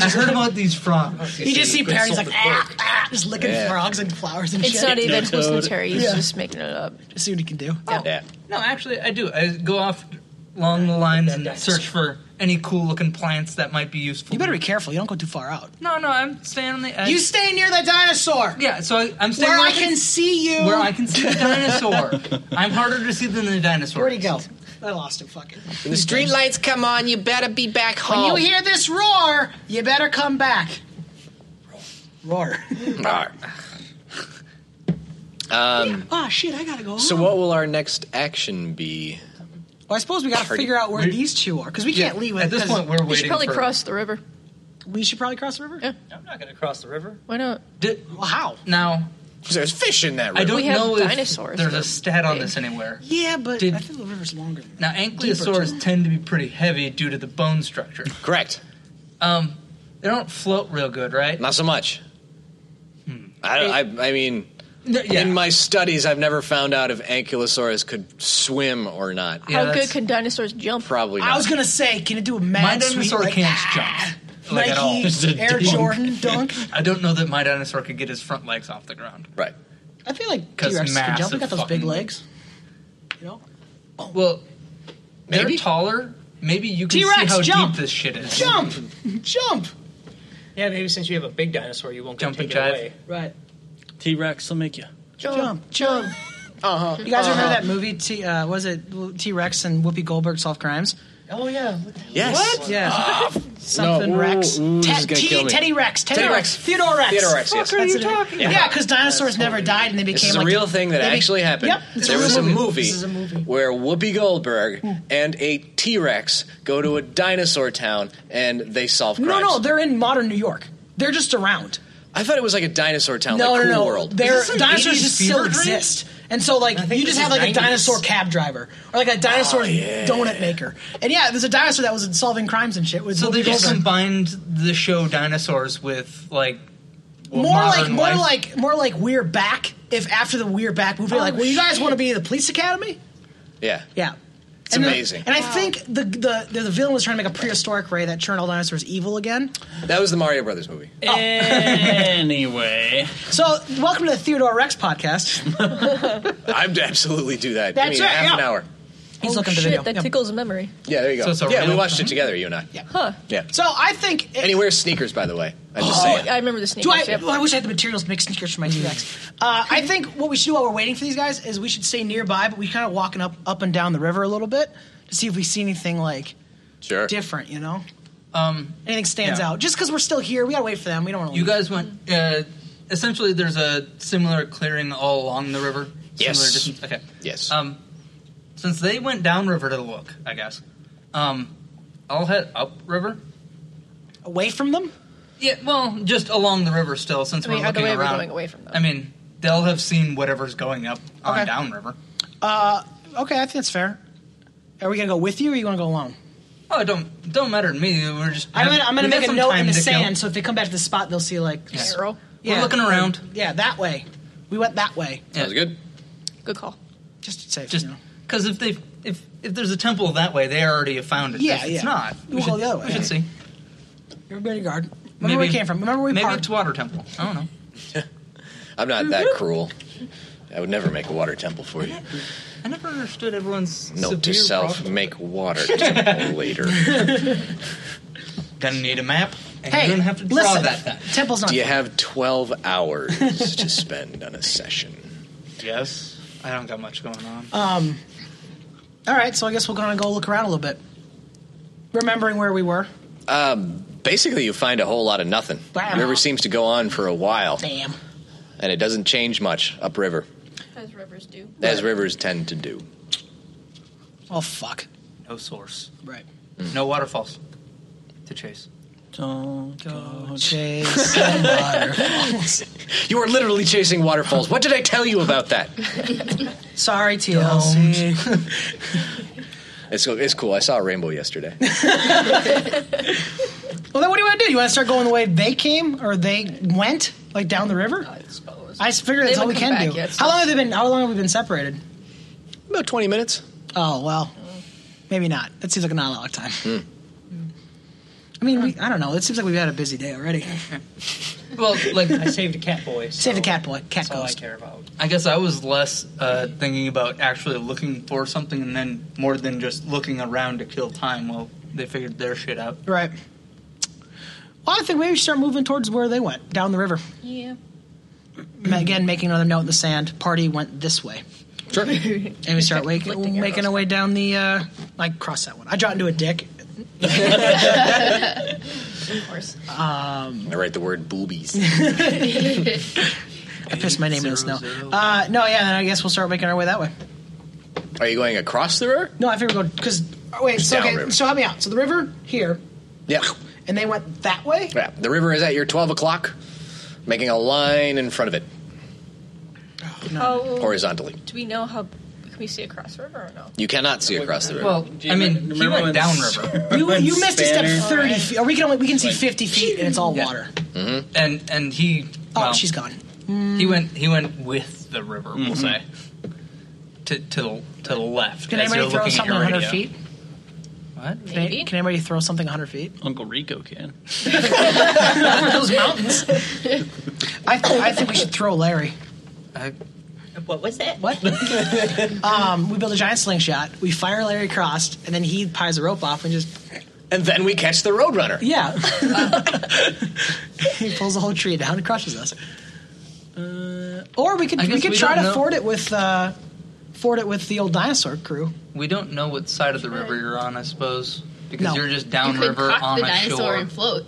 I heard about these frogs. You just see Perry's like, ah, ah, just licking Yeah. frogs and flowers and It's shit. not even Hypnotoad. hallucinatory, he's just making it up. Just Oh, see what he can do. No, actually, I do. I go off along the lines and search for any cool looking plants that might be useful. You better be careful. You don't go too far out. No, no, I'm staying on the edge. You stay near the dinosaur. Yeah, so I, I'm staying where where I can see you. Where I <laughs> can see the dinosaur. I'm harder to see than the dinosaur. Where'd he go? I lost him. Fucking. When the street lights come on, you better be back When home. you hear this roar, you better come back. Roar. Roar. Um, Ah, shit! I gotta go. so home. what will our next action be? Well, I suppose we gotta Party. figure out where We- these two are because we Yeah, can't leave. at it, this 'cause- point, we're We should waiting probably for- cross the river. We should probably cross the river. Yeah. I'm not going to cross the river. Why not? well, how? Now, there's fish in that I don't We have know if dinosaurs there's that a are stat on big. this anywhere. Yeah, but Did- I think the river's longer. Than Now, ankylosaurs tend to be pretty heavy due to the bone structure. Correct. Um, they don't float real good, right? Hmm. Not so much. I, I, I mean, No, yeah. in my studies, I've never found out if Ankylosaurus could swim or not. How good can dinosaurs jump? Probably. I Not. was gonna say, can it do a mad My sweep, dinosaur like, can't jump. Like at all. Just Nike a Air dunk. Jordan dunk? I don't know that my dinosaur could get his front legs off the ground. Right. I feel like T Because Rex can jump. massive They got those big fucking- legs. You know, Well, they're taller. Maybe you can T-Rex, see how jump! deep this shit is. jump, jump. Yeah, maybe since you have a big dinosaur, you won't get Jump and taken jive. away. Right. T Rex will make you. Jump, <laughs> jump. Uh-huh. Uh huh. You guys remember that movie? T uh, was it T Rex and Whoopi Goldberg solve crimes? Oh yeah. What? Yes. What? Yeah. Something No, ooh, Rex. ooh, this Ted- is gonna T- kill me. Teddy Rex. Teddy, Teddy Rex. Rex. Theodore Rex. Theodore Rex, yes. Fuck are That's you it. talking Yeah. Yeah, because dinosaurs never died and they became This is a like real thing that they be- actually happened. Yep. it's a there real was a movie, This is a movie. Hmm. where Whoopi Goldberg and a T Rex go to a dinosaur town and they solve crimes. No, no, they're in modern New York. They're just around. I thought it was like a dinosaur town, no, like no, Cool no, World. They're, dinosaurs just still exist. And so, like, you this just is have like a 90s. dinosaur cab driver or like a dinosaur Oh, yeah. donut maker. And yeah, there's a dinosaur that was in solving crimes and shit. With So they Whoopi just Goldberg. combined the show dinosaurs with like more like more like more like we're back. If after the we're back movie, Oh, like, well, you guys shit. want to be the police academy? Yeah. Yeah. It's And then- amazing. and I think the, the the the villain was trying to make a prehistoric ray that turned all dinosaurs evil again. That was the Mario Brothers movie. Oh. Anyway. So, welcome to the Theodore Rex podcast. <laughs> I'd absolutely do that. That's Give me right, half an yeah. hour. He's oh, looking at the shit, video. That Yep. tickles memory. Yeah, there you So go. it's a yeah, we real- watched it together, you and I. Yeah. Huh. yeah. So I think and he wears sneakers, by the way. I'm just Oh, saying. I remember the Do I, sneakers. yep. well, I wish I had the materials to make sneakers for my T Rex. Uh, I think what we should do while we're waiting for these guys is we should stay nearby, but we kind of walking up up and down the river a little bit to see if we see anything like sure. different, you know, um. anything stands Yeah. out. Just because we're still here, we gotta wait for them. We don't want to. You guys went. Uh, essentially, there's a similar clearing all along the river. Yes. Similar distance. Okay. Yes. Um, since they went downriver to look, I guess. Um, I'll head upriver. Away from them? Yeah. Well, just along the river still, since I mean, we're either looking way, around. we're going away from them. I mean, they'll have seen whatever's going up on Okay. downriver. Uh, okay, I think that's fair. Are we gonna go with you, or you gonna go alone? Oh, it don't don't matter to me. We're just. I'm gonna, I'm gonna we got make a some note time in the to kill. sand, so if they come back to the spot, they'll see like Yeah. Arrow. We're looking around. Yeah, that way. We went that way. Sounds good. Good call. Just safe. Just because if they if if there's a temple that way, they already have found it. Yeah, if It's yeah. not. We'll go the other way. We should see. Everybody guard. Remember where we came from. Remember where we maybe parked. it's water temple. I don't know. I'm not that cruel. I would never make a water temple for you. I never understood everyone's Note severe to self: problem. make water <laughs> temple later. Gonna need a map, and Hey, you're gonna have to draw listen. that. Then. Temple's not. Do you have 12 hours to spend on a session? Yes. I don't got much going on. Um. All right, so I guess we're gonna go look around a little bit, remembering where we were. Um, basically, you find a whole lot of nothing. Wow. The river seems to go on for a while, Damn. and it doesn't change much upriver, As rivers do. as rivers tend to do. Oh fuck. No source. Right. No waterfalls to chase. Don't go chase You are literally chasing waterfalls. What did I tell you about that? <laughs> Sorry, TLC. <laughs> It's, it's cool. I saw a rainbow yesterday. well, then what do you want to do? You want to start going the way they came or they went, like down the river? I suppose. I figure that's They all we haven't come can back do. yet, so- how long have they been? How long have we been separated? About 20 minutes. Oh well, maybe not. That seems like not a lot of time. Hmm. I mean, we, I don't know. It seems like we've had a busy <laughs> day already. Well, like I saved a cat boy. So Save the cat boy. Cat That's all I ghost. care about. I guess I was less uh, thinking about actually looking for something, and then more than just looking around to kill time while they figured their shit out. Right. Well, I think maybe we should start moving towards where they went, down the river. Yeah. Again, Mm-hmm. making another note in the sand. Party went this way. Sure. <laughs> and we <laughs> start waking, making our way down the, uh, like, cross that one. I draw into a dick. of course. Um, <laughs> <laughs> I write the word boobies. I pissed my name in the snow. Uh, no, yeah, then I guess we'll start making our way that way. Are you going across the river? No, I figure we go because Oh, wait. So, okay, Downriver. so help me out. So the river here, Yeah. and they went that way. Yeah. The river is at your 12 o'clock, making a line in front of it, How, horizontally. Do we know how? Can we see across the river or no? You cannot see across the river. Well, I mean, he <laughs> went <laughs> downriver. You, you missed a step Spanner- thirty feet. Or we can only we can see fifty feet, and it's all Yeah. water. And and he. Oh, well, she's gone. Mm. He went. He went with the river. Mm-hmm. We'll Mhm. say. To to the, to the left. Can as anybody you're throw looking at something your 100 radio. feet? What? Can, I- can anybody throw something 100 feet? Uncle Rico can. Those mountains. <laughs> I, th- I think we should throw Larry. Uh, What was that? <laughs> What? um, we build a giant slingshot. We fire Larry crossed, and then he pies the rope off and just. And then we catch the Roadrunner. <laughs> Yeah. he pulls the whole tree down and crushes us. Uh, or we could I we guess could we try don't to know. ford it with uh, ford it with the old dinosaur crew. We don't know what side of the river you're on, I suppose, because No. you're just You could downriver cock on the a dinosaur shore. and float.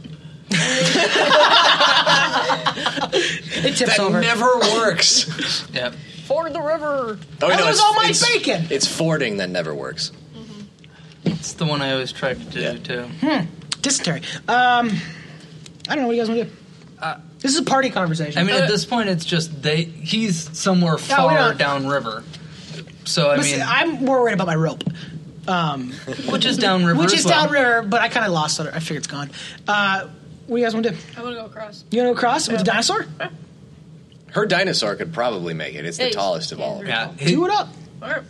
It tips that over. never works. yep. Ford the river. Oh, That no, was it's, all my it's- bacon! It's fording that never works. <laughs> It's the one I always tried to do too. Hmm. Dysentery. Um, I don't know what you guys want to do. this is a party conversation. Uh, Uh, I mean, at this point, it's just they. He's somewhere we far don't- downriver. So I Listen, mean, I'm more worried about my rope. Um, Which is downriver Which as is well. downriver, but I kind of lost it. I figured it's gone. Uh, what do you guys want to do? I want to go <laughs> across. You want to go across with the dinosaur? Her dinosaur could probably make it. It's the Hey, tallest of all. yeah, do it up.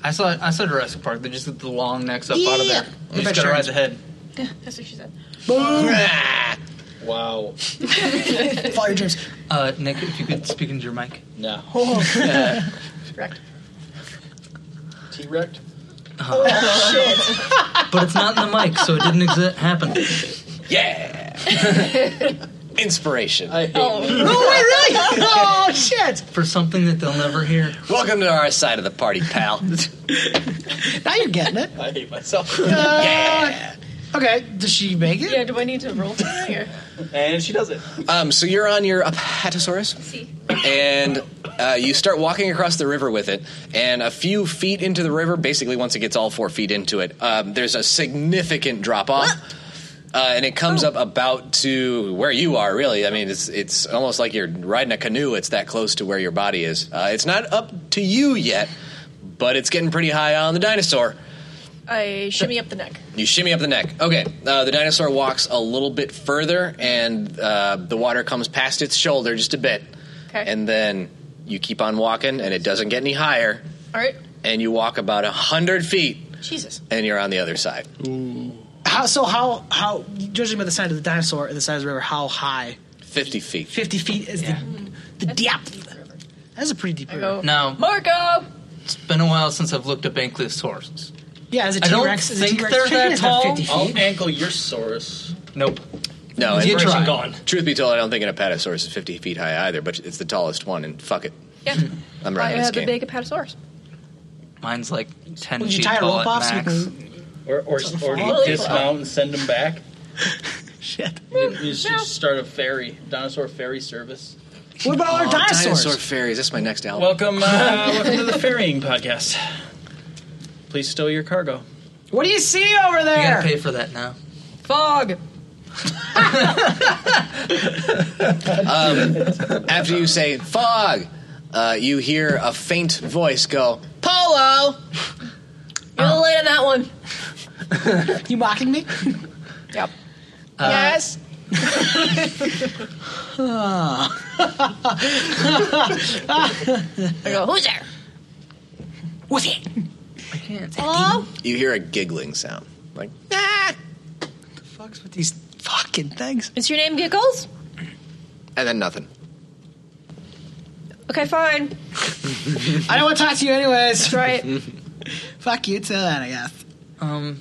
I saw I saw Jurassic Park. They just get the long necks up out of Yeah. there. You just gotta ride the head. Yeah, that's what she said. <laughs> <laughs> Wow. Follow your dreams. Uh, Nick, if you could speak into your mic. <laughs> No. Oh. <laughs> T Rex? Uh-huh. Oh, <laughs> but it's not in the mic, so it didn't exi- happen. Yeah. <laughs> Inspiration. Oh, wait, really? Oh, shit. For something that they'll never hear. <laughs> Welcome to our side of the party, pal. Now you're getting it. I hate myself. yeah. Okay. Does she make it? Yeah. Do I need to roll something? Or? And she does it. Um, so you're on your Apatosaurus, and uh, you start walking across the river with it. And a few feet into the river, basically once it gets all four feet into it, um, there's a significant drop off, uh, and it comes up about to where you are. Really, I mean, it's it's almost like you're riding a canoe. It's that close to where your body is. Uh, it's not up to you yet, but it's getting pretty high on the dinosaur. I shimmy up the neck. You shimmy up the neck. Okay, uh, the dinosaur walks a little bit further, and uh, the water comes past its shoulder just a bit. Okay. And then you keep on walking, and it doesn't get any higher, All right. and you walk about a hundred feet, Jesus. and you're on the other side. How, so how how judging by the size of the dinosaur and the size of the river, how high? Fifty feet. Fifty feet is Mm. the the depth. That's a pretty deep river. Now, Marco. It's been a while since I've looked up ankylosaurus. Yeah, is it I don't T-Rex? Is it think T-Rex? they're that It's not tall. 50 feet. I'll Oh, ankle your saurus. Nope. No, You and- try. Gone. Truth be told, I don't think an apatosaurus is fifty feet high either, but it's the tallest one, and fuck it, Yeah. <laughs> I'm I running this have the game. big apatosaurus. Mine's like ten Would you feet tie a tall rope at off so we max. Or, or, or fall off. you dismount and send them back. Shit. You, you should start a ferry, dinosaur ferry service. What about all our Oh, dinosaurs? Dinosaur fairies. That's my next album. Welcome, <laughs> Uh, welcome to the ferrying podcast. Please stow your cargo. What do you see over there? You gotta pay for that now. Fog. Um, after you say fog, uh, you hear a faint voice go, Polo. Oh. You're late on that one. <laughs> you mocking me? <laughs> yep. Uh, <laughs> yes. I go, who's there? Who's it? I can't. Hello? You hear a giggling sound. Like, Ah! Fucks with these fucking things. Is your name Giggles? and then nothing. Okay, fine. I don't want to talk to you anyways. That's right. Fuck you till then, I guess. Um,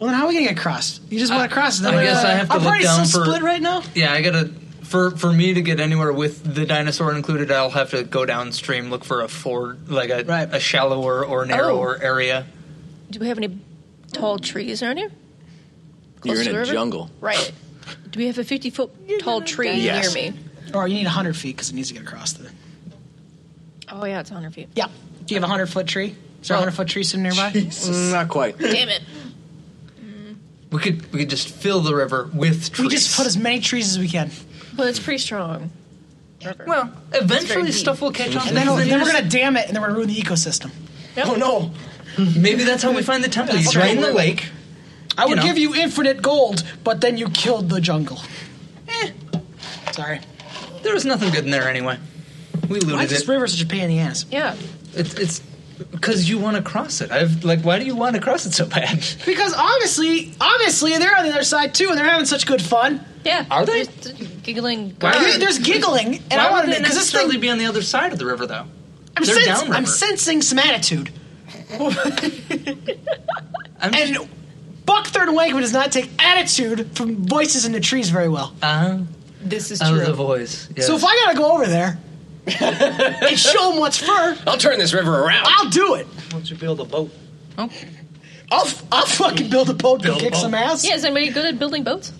Well, then how are we gonna get across? You just went I- across. and I then we're guess like, I have to Our look party's down so for- split right now. Yeah, I gotta for for me to get anywhere with the dinosaur included, I'll have to go downstream, look for a ford, like a a shallower or narrower area. Do we have any tall trees around here? You're Close in to the a river? jungle. Right. Do we have a 50 foot tall tree Yes. near me? Or you need 100 feet because it needs to get across the. Oh, yeah, it's 100 feet. Yeah. Do you have a 100 foot tree? Is there a 100 foot tree sitting nearby? Mm, Not quite. Damn it. We could we could just fill the river with trees. We just put as many trees as we can. Well, it's pretty strong. Well, eventually stuff will catch on. And then, because then we're there's- going to dam it and then we're going to ruin the ecosystem. Oh, no. Maybe that's how we find the temple. You drain the lake. I you would know. give you infinite gold, but then you killed the jungle. Eh. Sorry. There was nothing good in there anyway. We looted Why is it. this river such a pain in the ass? Yeah. It's it's because you want to cross it. I've like, why do you want to cross it so bad? Because honestly, honestly, they're on the other side too, and they're having such good fun. Yeah. Are they? Giggling. Why There- would- there's giggling, and why I want would to they because this necessarily thing. be on the other side of the river though. I'm, They're sense- downriver. I'm sensing some <laughs> attitude. and Buckthorn Wakeman does not take attitude from voices in the trees very well. Uh-huh. This is Out of the voice. So if I gotta go over <laughs> there and show them what's fur, <laughs> I'll turn this river around. I'll do it. Once you build a boat. Oh. I'll, f- I'll fucking build a boat Build a to kick boat. some ass. Yeah, is anybody good at building boats?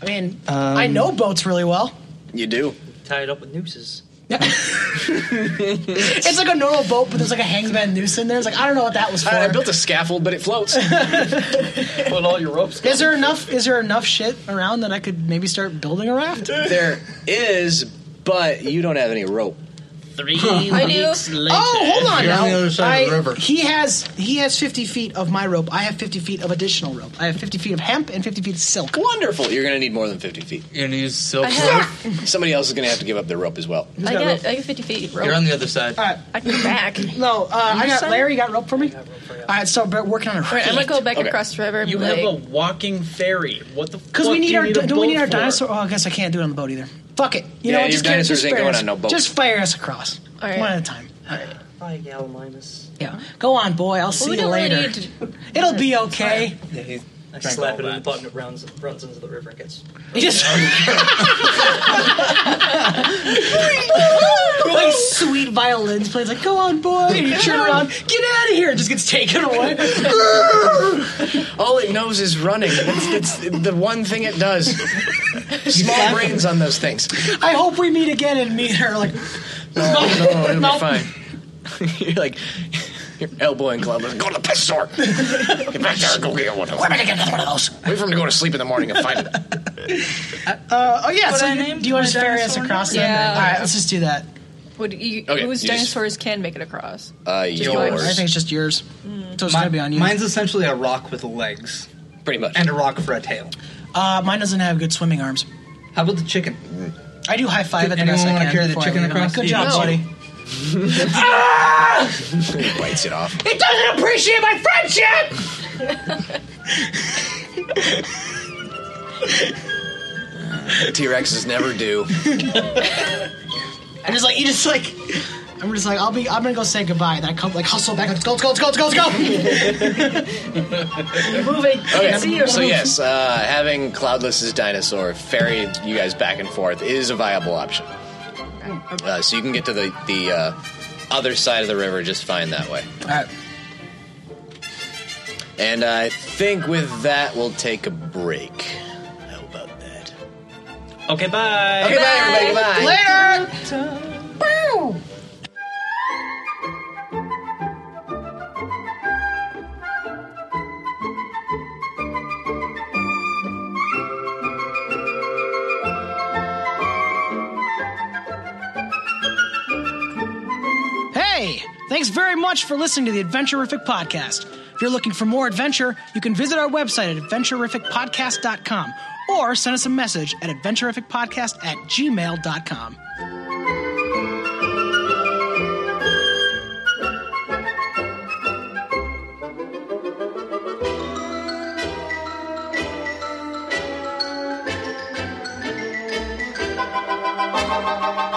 I mean, I know Um, boats really well. You do. Tie it up with nooses. <laughs> It's like a normal boat, but there's like a hangman noose in there. It's like I don't know what that was for. I, I built a scaffold, but it <laughs> floats. Put all your ropes. Is there enough? Is there enough shit around that I could maybe start building a raft? there is, but you don't have any rope. Three <laughs> I do. weeks later. Oh, hold on You're now. on the other side of the I- river. He has he has 50 feet of my rope. I have 50 feet of additional rope. I have 50 feet of hemp and 50 feet of silk. Wonderful. You're going to need more than 50 feet. You're going to use silk. I have- Somebody else is going to have to give up their rope as well. I got, I got 50 feet rope. You're on the other side. All right. I can go back. No, uh, I got side? Larry. You got rope for me. All right, so we're working on a raft. Right, I'm gonna go back across the river and You be have like, a walking ferry. What the? Because fuck we do need you our a do we need boat our for? dinosaur? Oh, I guess I can't do it on the boat either. Fuck it. You Yeah, know, what? your just get- dinosaurs just ain't fire going us- on no boat. Just fire us across All right. one at a time. Bye, Gallimimus. Yeah, go on, boy. I'll we see you don't really later. It'll be okay. Yeah, he's, I drank slap all it in the that. butt and it runs, runs into the river and gets. <laughs> He <laughs> just <laughs> like sweet violins plays like go on boy and you turn around get out of here it just gets taken away <laughs> All it knows is running. It's, it's the one thing it does. Small brains on those things. I hope we meet again and meet her like No, no, <laughs> it'll Nope. be fine. you're like, your elbow and club. Go to the piss store. Get back there and go get one of those. am I gonna get another one of those Wait for him to go to sleep in the morning and find it. uh, oh yeah What so I you, named do you want my to just ferry us dinosaur across name? then? Yeah. alright let's just do that would you, Okay, whose you just- dinosaurs can make it across? Uh, yours. I think it's just yours Hmm. so it's gonna be on you Mine's essentially a rock with legs, pretty much, and a rock for a tail. uh, mine doesn't have good swimming arms How about the chicken? I do high five Did at the best anyone I wanna can carry the before I chicken leave. I'm like, across? good job No. buddy He <laughs> bites it off. It doesn't appreciate my friendship! T Rexes never do. I'm just like you just like I'm just like I'll be I'm gonna go say goodbye then I come like hustle back like, let's go let's go let's go let's go let's go <laughs> You're moving. Okay, so yes, uh, having Cloudless's dinosaur ferry you guys back and forth is a viable option. Uh, so you can get to the the uh, other side of the river just fine that way. all right And I think with that, we'll take a break. How about that? Okay, bye. Okay, bye, everybody. Bye. Later. Hey, thanks very much for listening to the Adventurific Podcast. If you're looking for more adventure, you can visit our website at adventurificpodcast.com or send us a message at adventurificpodcast at gmail.com. Bye!